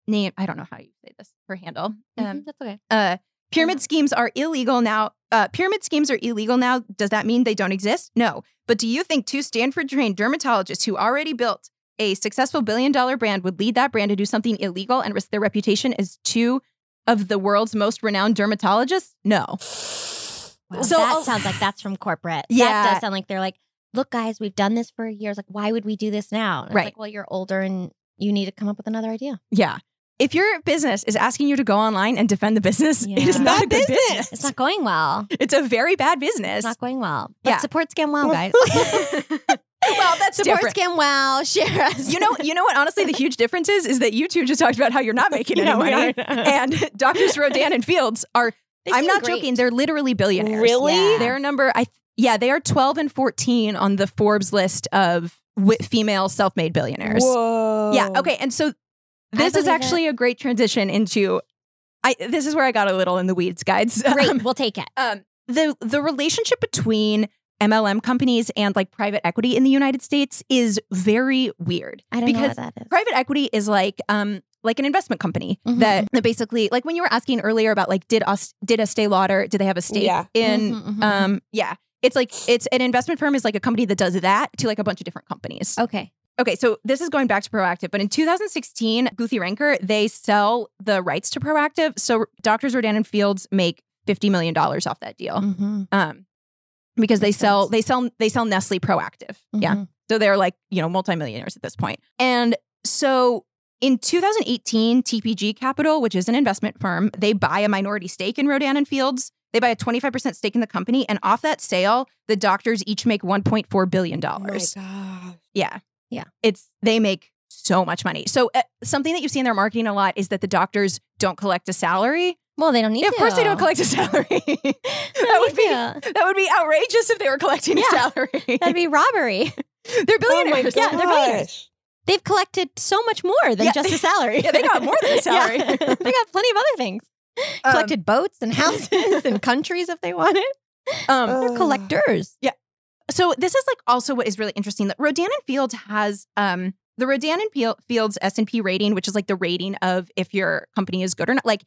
[SPEAKER 3] named I don't know how you say this her handle. Um,
[SPEAKER 2] Mhm, That's okay.
[SPEAKER 3] uh, pyramid schemes are illegal now. Uh, pyramid schemes are illegal now. Does that mean they don't exist? No. But do you think two Stanford trained dermatologists who already built a successful billion dollar brand would lead that brand to do something illegal and risk their reputation as two of the world's most renowned dermatologists? No.
[SPEAKER 2] Wow,
[SPEAKER 3] So
[SPEAKER 2] that
[SPEAKER 3] I'll-
[SPEAKER 2] sounds like that's from corporate.
[SPEAKER 3] Yeah.
[SPEAKER 2] That does sound like they're like, look, guys, we've done this for years. Like, why would we do this now? And it's
[SPEAKER 3] Right.
[SPEAKER 2] like, well, you're older and you need to come up with another idea.
[SPEAKER 3] Yeah. If your business is asking you to go online and defend the business, *laughs* it is
[SPEAKER 2] Yeah.
[SPEAKER 3] not a
[SPEAKER 1] Bad
[SPEAKER 3] good
[SPEAKER 1] business.
[SPEAKER 3] business.
[SPEAKER 2] It's not going well.
[SPEAKER 3] It's a very bad business.
[SPEAKER 2] It's not going well. But
[SPEAKER 3] Yeah.
[SPEAKER 2] support Scam Well, guys.
[SPEAKER 3] *laughs* well, that's
[SPEAKER 2] support
[SPEAKER 3] different.
[SPEAKER 2] Scam Well. *laughs* Share us.
[SPEAKER 3] You know, you know what? Honestly, the huge difference is is that you two just talked about how you're
[SPEAKER 1] *laughs*
[SPEAKER 3] not making any
[SPEAKER 1] Yeah, we
[SPEAKER 3] money,
[SPEAKER 1] are not.
[SPEAKER 3] and *laughs* Doctors Rodan and Fields are.
[SPEAKER 2] They
[SPEAKER 3] I'm
[SPEAKER 2] seem
[SPEAKER 3] not
[SPEAKER 2] great.
[SPEAKER 3] joking. They're literally billionaires.
[SPEAKER 1] Really?
[SPEAKER 2] Yeah.
[SPEAKER 3] Their number, I th- yeah, they are 12 and 14 on the Forbes list of wi- female self-made billionaires.
[SPEAKER 1] Whoa.
[SPEAKER 3] Yeah. Okay. And so this is
[SPEAKER 2] believe
[SPEAKER 3] actually a great transition into. I this is where I got a little in the weeds, guys. *laughs*
[SPEAKER 2] Great. we'll take it.
[SPEAKER 3] um, the the relationship between MLM companies and like private equity in the United States is very weird.
[SPEAKER 2] I don't know
[SPEAKER 3] because
[SPEAKER 2] what that is.
[SPEAKER 3] private equity is like um like an investment company
[SPEAKER 2] Mhm.
[SPEAKER 3] that, that basically like when you were asking earlier about like did us did Estee Lauder do they have a stake
[SPEAKER 1] Yeah.
[SPEAKER 3] in
[SPEAKER 2] Mhm, mhm.
[SPEAKER 3] um yeah it's like it's an investment firm is like a company that does that to like a bunch of different companies.
[SPEAKER 2] Okay.
[SPEAKER 3] Okay, so this is going back to Proactive, but in 2016, Goothy Ranker, they sell the rights to Proactive. So Doctors Rodan and Fields make $50 million off that deal.
[SPEAKER 2] Mhm,
[SPEAKER 3] Um, because they
[SPEAKER 2] Makes
[SPEAKER 3] sell
[SPEAKER 2] sense.
[SPEAKER 3] they sell they sell Nestle Proactive. Yeah.
[SPEAKER 2] mhm.
[SPEAKER 3] So they're like, you know, multimillionaires at this point. And so in 2018, TPG Capital, which is an investment firm, they buy a minority stake in Rodan and Fields. They buy a 25% stake in the company. And off that sale, the doctors each make $1.4 billion.
[SPEAKER 1] Oh my gosh.
[SPEAKER 3] Yeah.
[SPEAKER 2] Yeah.
[SPEAKER 3] It's they make so much money. So uh, something that you see in their marketing a lot is that the doctors don't collect a salary.
[SPEAKER 2] Well, they don't need
[SPEAKER 3] Of course they don't
[SPEAKER 2] to. *laughs*
[SPEAKER 3] collect *laughs* a salary. that would be
[SPEAKER 2] Yeah.
[SPEAKER 3] that would be outrageous if they were collecting a
[SPEAKER 2] Yeah.
[SPEAKER 3] salary.
[SPEAKER 2] That'd
[SPEAKER 3] *laughs*
[SPEAKER 2] be robbery.
[SPEAKER 3] they're billionaires.
[SPEAKER 1] Oh my
[SPEAKER 3] yeah, they're billionaires.
[SPEAKER 1] gosh.
[SPEAKER 2] They've collected so much more than
[SPEAKER 3] Yeah. *laughs*
[SPEAKER 2] just a salary.
[SPEAKER 3] Yeah, they got more than a
[SPEAKER 2] *laughs*
[SPEAKER 3] salary.
[SPEAKER 2] Yeah. they got plenty of other things.
[SPEAKER 3] *laughs* Um,
[SPEAKER 2] collected boats and houses
[SPEAKER 3] *laughs*
[SPEAKER 2] and countries if they wanted.
[SPEAKER 3] Um,
[SPEAKER 2] They're
[SPEAKER 1] Ugh.
[SPEAKER 2] collectors.
[SPEAKER 3] so this is like also what is really interesting that Rodan and Fields has um the Rodan and Fiel- Fields S and P rating, which is like the rating of if your company is good or not. Like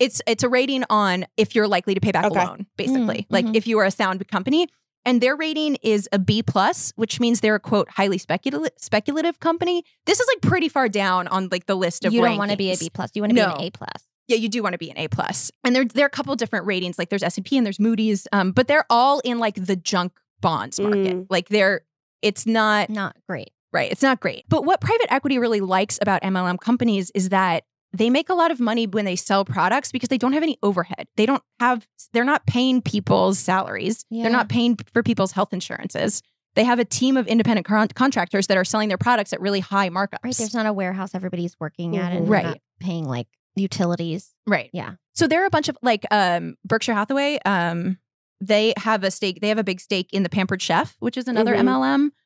[SPEAKER 3] it's it's a rating on if you're likely to pay back
[SPEAKER 1] Okay.
[SPEAKER 3] a loan, basically.
[SPEAKER 2] Mm,
[SPEAKER 3] Like
[SPEAKER 2] mhm.
[SPEAKER 3] if you are a sound company. And their rating is a B plus, which means they're a quote highly speculative speculative company. This is like pretty far down on like the list of
[SPEAKER 2] You don't want to
[SPEAKER 3] rankings.
[SPEAKER 2] be a B plus. You want to
[SPEAKER 3] No.
[SPEAKER 2] be an A plus.
[SPEAKER 3] yeah, you do want to be an A plus. And there, there are a couple different ratings. Like there's S and P and there's Moody's, um, but they're all in like the junk bonds market.
[SPEAKER 1] Mm.
[SPEAKER 3] Like they're, it's not
[SPEAKER 2] Not great.
[SPEAKER 3] right. It's not great. But what private equity really likes about MLM companies is that they make a lot of money when they sell products because they don't have any overhead. They don't have. They're not paying people's salaries.
[SPEAKER 2] Yeah.
[SPEAKER 3] They're not paying for people's health insurances. They have a team of independent con- contractors that are selling their products at really high markups.
[SPEAKER 2] Right. There's not a warehouse everybody's working at and
[SPEAKER 3] Right.
[SPEAKER 2] right. not paying like utilities.
[SPEAKER 3] Right.
[SPEAKER 2] Yeah.
[SPEAKER 3] So there are a bunch of like um Berkshire Hathaway, um, they have a stake, they have a big stake in the Pampered Chef, which is another
[SPEAKER 1] Mhm.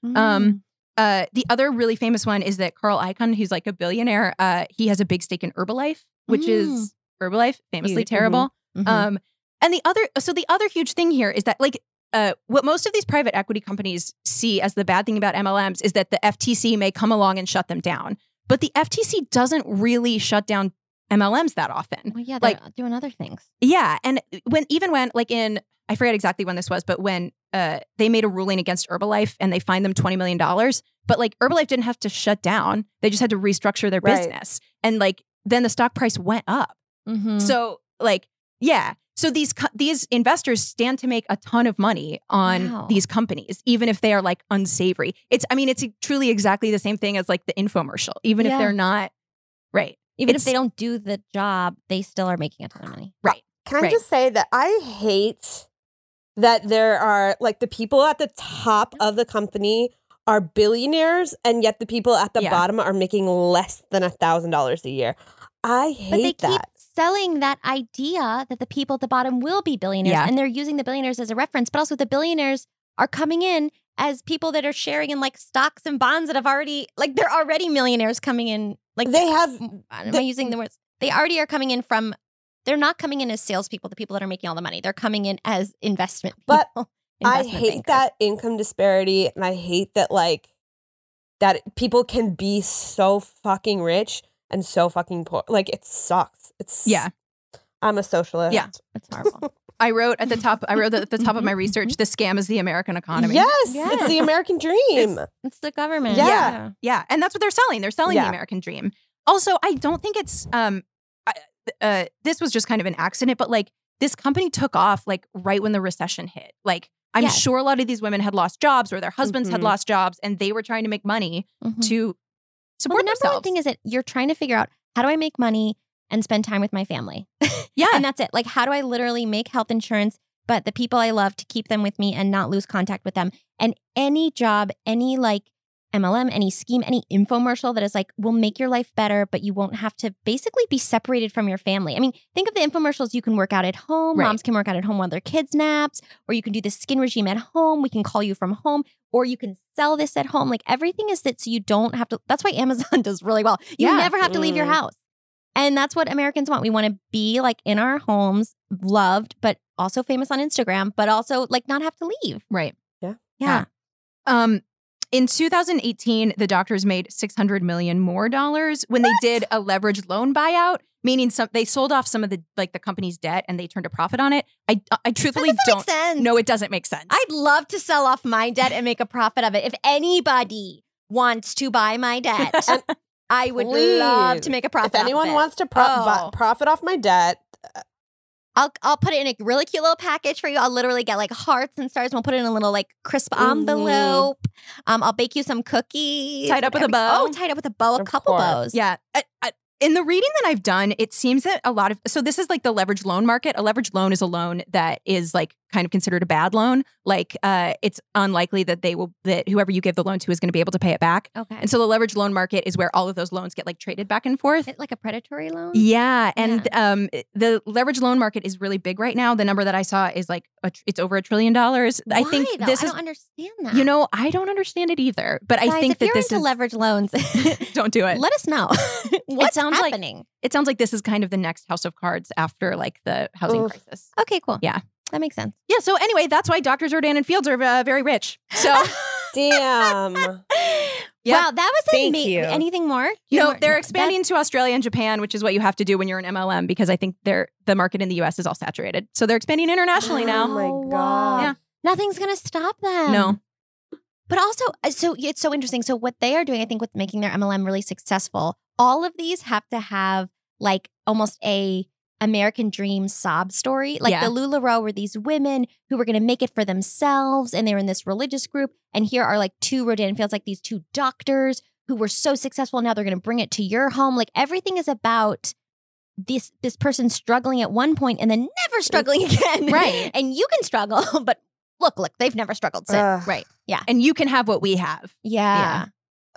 [SPEAKER 3] MLM. Um, Uh the other really famous one is that Carl Icahn, who's like a billionaire, uh, he has a big stake in Herbalife, which is Herbalife, famously
[SPEAKER 2] Huge.
[SPEAKER 3] terrible.
[SPEAKER 2] Mm. Mhm.
[SPEAKER 3] Um, and the other, so the other huge thing here is that like uh, what most of these private equity companies see as the bad thing about MLMs is that the FTC may come along and shut them down, but the FTC doesn't really shut down MLMs that often.
[SPEAKER 2] well, yeah,
[SPEAKER 3] like-
[SPEAKER 2] they're doing other things.
[SPEAKER 3] Yeah, and uh, when even when like in I forget exactly when this was, but when uh, they made a ruling against Herbalife and they fined them twenty million dollars, but like Herbalife didn't have to shut down; they just had to restructure their
[SPEAKER 1] Right.
[SPEAKER 3] business, and like then the stock price went up.
[SPEAKER 2] Mhm.
[SPEAKER 3] So like yeah, so these co- these investors stand to make a ton of money on
[SPEAKER 2] Wow.
[SPEAKER 3] these companies, even if they are like unsavory. It's I mean it's e, truly exactly the same thing as like the infomercial, even
[SPEAKER 2] Yeah.
[SPEAKER 3] if they're not right.
[SPEAKER 2] even if
[SPEAKER 3] it's-
[SPEAKER 2] they don't do the job, they still are making a ton of money.
[SPEAKER 1] Can I
[SPEAKER 3] Right.
[SPEAKER 1] just say that I hate that there are like the people at the top of the company are billionaires and yet the people at the
[SPEAKER 3] Yeah.
[SPEAKER 1] bottom are making less than a thousand dollars a year. I hate
[SPEAKER 2] But they keep
[SPEAKER 1] that.
[SPEAKER 2] selling that idea that the people at the bottom will be billionaires
[SPEAKER 3] Yeah.
[SPEAKER 2] and they're using the billionaires as a reference, but also the billionaires are coming in as people that are sharing in like stocks and bonds that have already like they're already millionaires coming in like
[SPEAKER 1] they mm. have
[SPEAKER 2] I don't- am I
[SPEAKER 1] they-
[SPEAKER 2] using the words they already are coming in from they're not coming in as salespeople, the people that are making all the money. They're coming in as investment
[SPEAKER 1] But
[SPEAKER 2] people. *laughs*
[SPEAKER 1] I
[SPEAKER 2] investment
[SPEAKER 1] hate
[SPEAKER 2] bankers.
[SPEAKER 1] that income disparity and I hate that like that people can be so fucking rich and so fucking poor. Like it sucks. It's
[SPEAKER 3] Yeah.
[SPEAKER 1] I'm a socialist.
[SPEAKER 3] Yeah.
[SPEAKER 2] It's
[SPEAKER 1] *laughs*
[SPEAKER 2] horrible.
[SPEAKER 3] I wrote at the top. I wrote at the top
[SPEAKER 2] *laughs*
[SPEAKER 3] of my research. The scam is the American economy.
[SPEAKER 1] Yes,
[SPEAKER 2] Mm-hmm. Yeah.
[SPEAKER 1] it's
[SPEAKER 2] *laughs*
[SPEAKER 1] the American dream.
[SPEAKER 2] it's the government.
[SPEAKER 1] Yeah.
[SPEAKER 3] Yeah, and that's what they're selling. They're selling the
[SPEAKER 1] Yeah.
[SPEAKER 3] American dream. Also, I don't think it's um I- uh this was just kind of an accident, but like this company took off like right when the recession hit. Like I'm
[SPEAKER 2] Yes.
[SPEAKER 3] sure a lot of these women had lost jobs or their husbands had
[SPEAKER 1] Mhm.
[SPEAKER 3] lost jobs and they were trying to make money
[SPEAKER 2] Mhm.
[SPEAKER 3] to
[SPEAKER 2] well,
[SPEAKER 3] support
[SPEAKER 2] the number
[SPEAKER 3] themselves.
[SPEAKER 2] one thing is that you're trying to figure out how do I make money and spend time with my family?
[SPEAKER 3] yeah.
[SPEAKER 2] And that's it. Like, how do I literally make health insurance, but the people I love to keep them with me and not lose contact with them? And any job, any like MLM, any scheme, any infomercial that is like, will make your life better, but you won't have to basically be separated from your family. I mean, think of the infomercials you can work out at home.
[SPEAKER 3] Right.
[SPEAKER 2] Moms can work out at home while their kids naps, or you can do the skin regime at home. We can call you from home, or you can sell this at home. Like, everything is that so you don't have to. That's why Amazon *laughs* does really well. You
[SPEAKER 3] Yeah.
[SPEAKER 2] never have to leave your
[SPEAKER 1] Mm.
[SPEAKER 2] house. And that's what Americans want. We want to be like in our homes, loved, but also famous on Instagram, but also like not have to leave.
[SPEAKER 3] right.
[SPEAKER 2] Yeah.
[SPEAKER 3] Um, in 2018, the doctors made 600 million more dollars when they did a leveraged loan buyout, meaning some they sold off some of the like the company's debt and they turned a profit on it. I I truthfully
[SPEAKER 2] that doesn't
[SPEAKER 3] don't
[SPEAKER 2] make sense.
[SPEAKER 3] know. It doesn't make sense.
[SPEAKER 2] I'd love to sell off my debt and make a profit of it. If anybody wants to buy my debt,
[SPEAKER 1] *laughs*
[SPEAKER 2] I would love
[SPEAKER 1] Please.
[SPEAKER 2] to make a profit.
[SPEAKER 1] if anyone
[SPEAKER 2] off of it.
[SPEAKER 1] wants to pro-
[SPEAKER 2] Oh.
[SPEAKER 1] bu- profit off my debt,
[SPEAKER 2] I'll I'll put it in a really cute little package for you. I'll literally get like hearts and stars. We'll put it in a little like crisp
[SPEAKER 1] Mhm.
[SPEAKER 2] envelope. Um, I'll bake you some cookies.
[SPEAKER 3] Tied up with a
[SPEAKER 2] Every-
[SPEAKER 3] bow?
[SPEAKER 2] Oh, tied up with a bow, a
[SPEAKER 1] Of
[SPEAKER 2] couple
[SPEAKER 1] course.
[SPEAKER 2] bows.
[SPEAKER 3] *laughs* Yeah. I, I, in the reading that I've done, it seems that a lot of so this is like the leverage loan market. A leverage loan is a loan that is like kind of considered a bad loan. Like uh, it's unlikely that they will that whoever you give the loan to is going to be able to pay it back.
[SPEAKER 2] Okay.
[SPEAKER 3] And so the leverage loan market is where all of those loans get like traded back and forth.
[SPEAKER 2] Is it like a predatory loan?
[SPEAKER 3] Yeah, and um, the leverage loan market is really big right now. The number that I saw is like a, tr- it's over a trillion dollars. I
[SPEAKER 2] Why,
[SPEAKER 3] think
[SPEAKER 2] though?
[SPEAKER 3] this
[SPEAKER 2] I
[SPEAKER 3] is
[SPEAKER 2] don't understand that.
[SPEAKER 3] you know I don't understand it either, but
[SPEAKER 2] Guys,
[SPEAKER 3] I think
[SPEAKER 2] if
[SPEAKER 3] that
[SPEAKER 2] you're
[SPEAKER 3] this
[SPEAKER 2] into
[SPEAKER 3] is
[SPEAKER 2] leverage loans,
[SPEAKER 3] *laughs*
[SPEAKER 2] *laughs*
[SPEAKER 3] don't do *laughs* it.
[SPEAKER 2] let us know what's
[SPEAKER 3] sounds like-
[SPEAKER 2] happening.
[SPEAKER 3] it sounds like this is kind of the next house of cards after like the housing
[SPEAKER 1] Oof.
[SPEAKER 3] crisis.
[SPEAKER 2] okay, cool.
[SPEAKER 3] Yeah.
[SPEAKER 2] that makes sense.
[SPEAKER 3] Yeah. So anyway, that's why Dr. Jordan and Fields are uh, very rich.
[SPEAKER 2] *laughs*
[SPEAKER 3] So
[SPEAKER 1] damn.
[SPEAKER 3] Yep.
[SPEAKER 2] Wow, that was
[SPEAKER 1] Thank
[SPEAKER 2] ama-
[SPEAKER 1] you.
[SPEAKER 2] Anything more?
[SPEAKER 3] you know
[SPEAKER 2] More-
[SPEAKER 3] they're
[SPEAKER 2] no,
[SPEAKER 3] expanding to Australia and Japan, which is what you have to do when you're an MLM because I think they're the market in the U.S. is all saturated. So they're expanding internationally
[SPEAKER 1] Oh
[SPEAKER 3] now.
[SPEAKER 1] my
[SPEAKER 2] wow.
[SPEAKER 1] God.
[SPEAKER 3] Yeah.
[SPEAKER 2] Nothing's gonna stop them.
[SPEAKER 3] No.
[SPEAKER 2] But also, uh, so it's so interesting. So what they are doing, I think, with making their MLM really successful, all of these have to have like almost a American dream sob story. Like
[SPEAKER 3] Yeah.
[SPEAKER 2] the LuLaRoe were these women who were going to make it for themselves, and they were in this religious group. And here are like two Rodan Fields, like these two doctors who were so successful. Now they're going to bring it to your home. Like everything is about this this person struggling at one point and then never struggling *laughs* again.
[SPEAKER 3] Right.
[SPEAKER 2] and you can struggle, *laughs* but look, look, they've never struggled since.
[SPEAKER 1] Ugh.
[SPEAKER 3] Right. And you can have what we have.
[SPEAKER 2] yeah.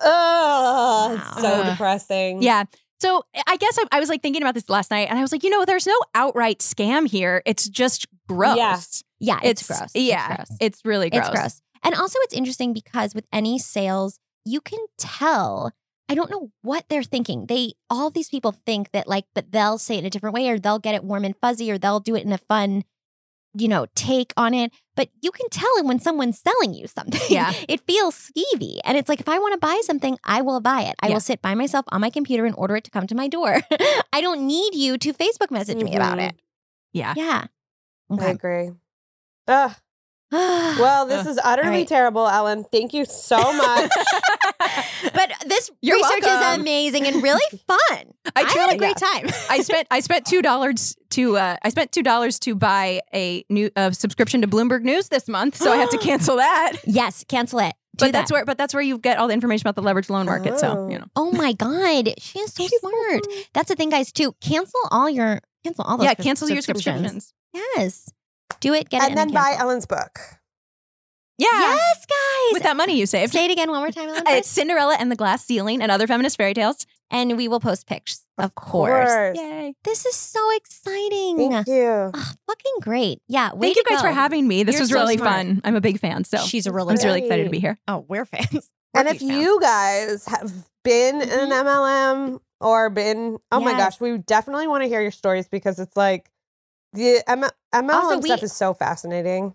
[SPEAKER 1] Ugh, it's so
[SPEAKER 3] Wow.
[SPEAKER 1] depressing.
[SPEAKER 3] Yeah. So eh, I guess I, I was like thinking about this last night, and I was like, you know, there's no outright scam here. It's just gross.
[SPEAKER 1] Yeah.
[SPEAKER 2] Yeah, it's, gross.
[SPEAKER 3] Yeah,
[SPEAKER 2] it's gross.
[SPEAKER 3] it's really gross.
[SPEAKER 2] It's gross. And also, it's interesting because with any sales, you can tell. I don't know what they're thinking. They all these people think that like, but they'll say it in a different way, or they'll get it warm and fuzzy, or they'll do it in a fun, you know, take on it. But you can tell when someone's selling you something.
[SPEAKER 3] Yeah.
[SPEAKER 2] *laughs* it feels skeevy, and it's like if I want to buy something, I will buy it. I
[SPEAKER 3] Yeah.
[SPEAKER 2] will sit by myself on my computer and order it to come to my door. *laughs* I don't need you to Facebook message me about
[SPEAKER 1] Mhm.
[SPEAKER 2] it.
[SPEAKER 3] *laughs* Yeah.
[SPEAKER 2] Yeah.
[SPEAKER 1] I
[SPEAKER 2] *sighs* Okay.
[SPEAKER 1] agree. Ugh. Well, this is
[SPEAKER 2] All
[SPEAKER 1] utterly
[SPEAKER 2] right.
[SPEAKER 1] terrible, Ellen. Thank you
[SPEAKER 2] *laughs*
[SPEAKER 1] so much.
[SPEAKER 2] But this
[SPEAKER 3] You're
[SPEAKER 2] research is
[SPEAKER 3] welcome.
[SPEAKER 2] amazing and *laughs* really fun. I, had a
[SPEAKER 3] truly-
[SPEAKER 2] great time.
[SPEAKER 3] I spent I spent two dollars to uh, I spent two dollars to buy a new uh, subscription to Bloomberg News this month, so I *gasps* have to cancel that.
[SPEAKER 2] *laughs* yes, cancel it. Do
[SPEAKER 3] but
[SPEAKER 2] that.
[SPEAKER 3] that's where but that's where you get all the information about the leverage loan market. So
[SPEAKER 1] Oh.
[SPEAKER 3] you know,
[SPEAKER 2] oh my god, she is so smart. That's the thing, guys. Too cancel all your cancel all those.
[SPEAKER 3] yeah,
[SPEAKER 2] subs-
[SPEAKER 3] cancel your Oh. subscriptions.
[SPEAKER 2] Yes, do it. Get it
[SPEAKER 1] and then buy
[SPEAKER 2] cancel.
[SPEAKER 1] Ellen's book.
[SPEAKER 3] Yeah,
[SPEAKER 2] Yes, guys.
[SPEAKER 3] with that money you saved.
[SPEAKER 2] Say it again one more time, Ellen.
[SPEAKER 3] It's
[SPEAKER 2] first.
[SPEAKER 3] Cinderella and the Glass Ceiling and other feminist fairy tales.
[SPEAKER 2] and we will post pics. Of,
[SPEAKER 3] Yay!
[SPEAKER 2] This is so exciting.
[SPEAKER 1] Thank you.
[SPEAKER 2] Ah, fucking great. Yeah. Way
[SPEAKER 3] Thank you
[SPEAKER 2] to
[SPEAKER 3] guys for
[SPEAKER 2] go.
[SPEAKER 3] having me. This
[SPEAKER 2] You're
[SPEAKER 3] was
[SPEAKER 2] so
[SPEAKER 3] really
[SPEAKER 2] smart.
[SPEAKER 3] fun. I'm a big fan, so
[SPEAKER 2] She's a
[SPEAKER 3] I
[SPEAKER 2] really
[SPEAKER 3] was
[SPEAKER 2] good.
[SPEAKER 3] really excited to be here.
[SPEAKER 2] Oh, we're fans.
[SPEAKER 1] And
[SPEAKER 2] We're
[SPEAKER 1] if
[SPEAKER 2] huge fans.
[SPEAKER 1] you guys have been in an MLM or been, oh my
[SPEAKER 2] Mm-hmm. Yes.
[SPEAKER 1] gosh, we definitely want to hear your stories because it's like the M- MLM
[SPEAKER 2] Also, we-
[SPEAKER 1] stuff is so fascinating.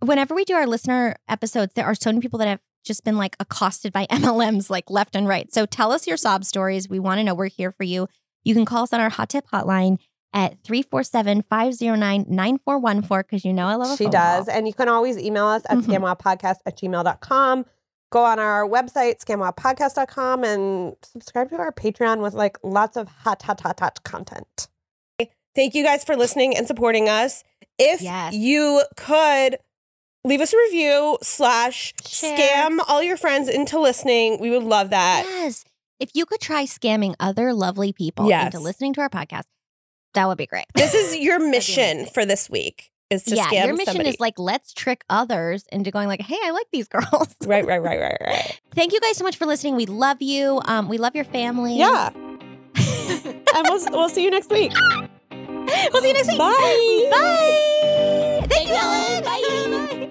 [SPEAKER 2] whenever we do our listener episodes, there are so many people that have just been like accosted by *laughs* MLMs like left and right. So tell us your sob stories. We want to know. We're here for you. You can call us on our hot tip hotline at 347 509 9414 because you know I love a
[SPEAKER 1] She
[SPEAKER 2] phone call.
[SPEAKER 1] does. And you can always email us at
[SPEAKER 2] Mhm.
[SPEAKER 1] scamwildpodcast at gmail.com. Go on our website, scamwildpodcast.com, and subscribe to our Patreon with like lots of hot, hot, hot, hot content. Thank you guys for listening and supporting us. If
[SPEAKER 2] Yes.
[SPEAKER 1] you could leave us a review slash
[SPEAKER 2] Share.
[SPEAKER 1] scam all your friends into listening. We would love
[SPEAKER 2] *gasps*
[SPEAKER 1] that.
[SPEAKER 2] Yes. If you could try scamming other lovely people
[SPEAKER 1] Yes.
[SPEAKER 2] into listening to our podcast, that would
[SPEAKER 1] *laughs*
[SPEAKER 2] be great.
[SPEAKER 1] This is your mission
[SPEAKER 2] amazing.
[SPEAKER 1] for this week is to
[SPEAKER 2] yeah,
[SPEAKER 1] scam
[SPEAKER 2] your mission
[SPEAKER 1] somebody.
[SPEAKER 2] is like let's trick others into going like, "Hey, I like these girls." *laughs*
[SPEAKER 1] right, right, right, right, right.
[SPEAKER 2] Thank you guys so much for listening. We love you. Um, we love your family. *laughs*
[SPEAKER 1] Yeah. and we'll, we'll see you next week.
[SPEAKER 2] we'll see you next week.
[SPEAKER 1] Bye.
[SPEAKER 2] Bye. Thank you, Ellen. Bye.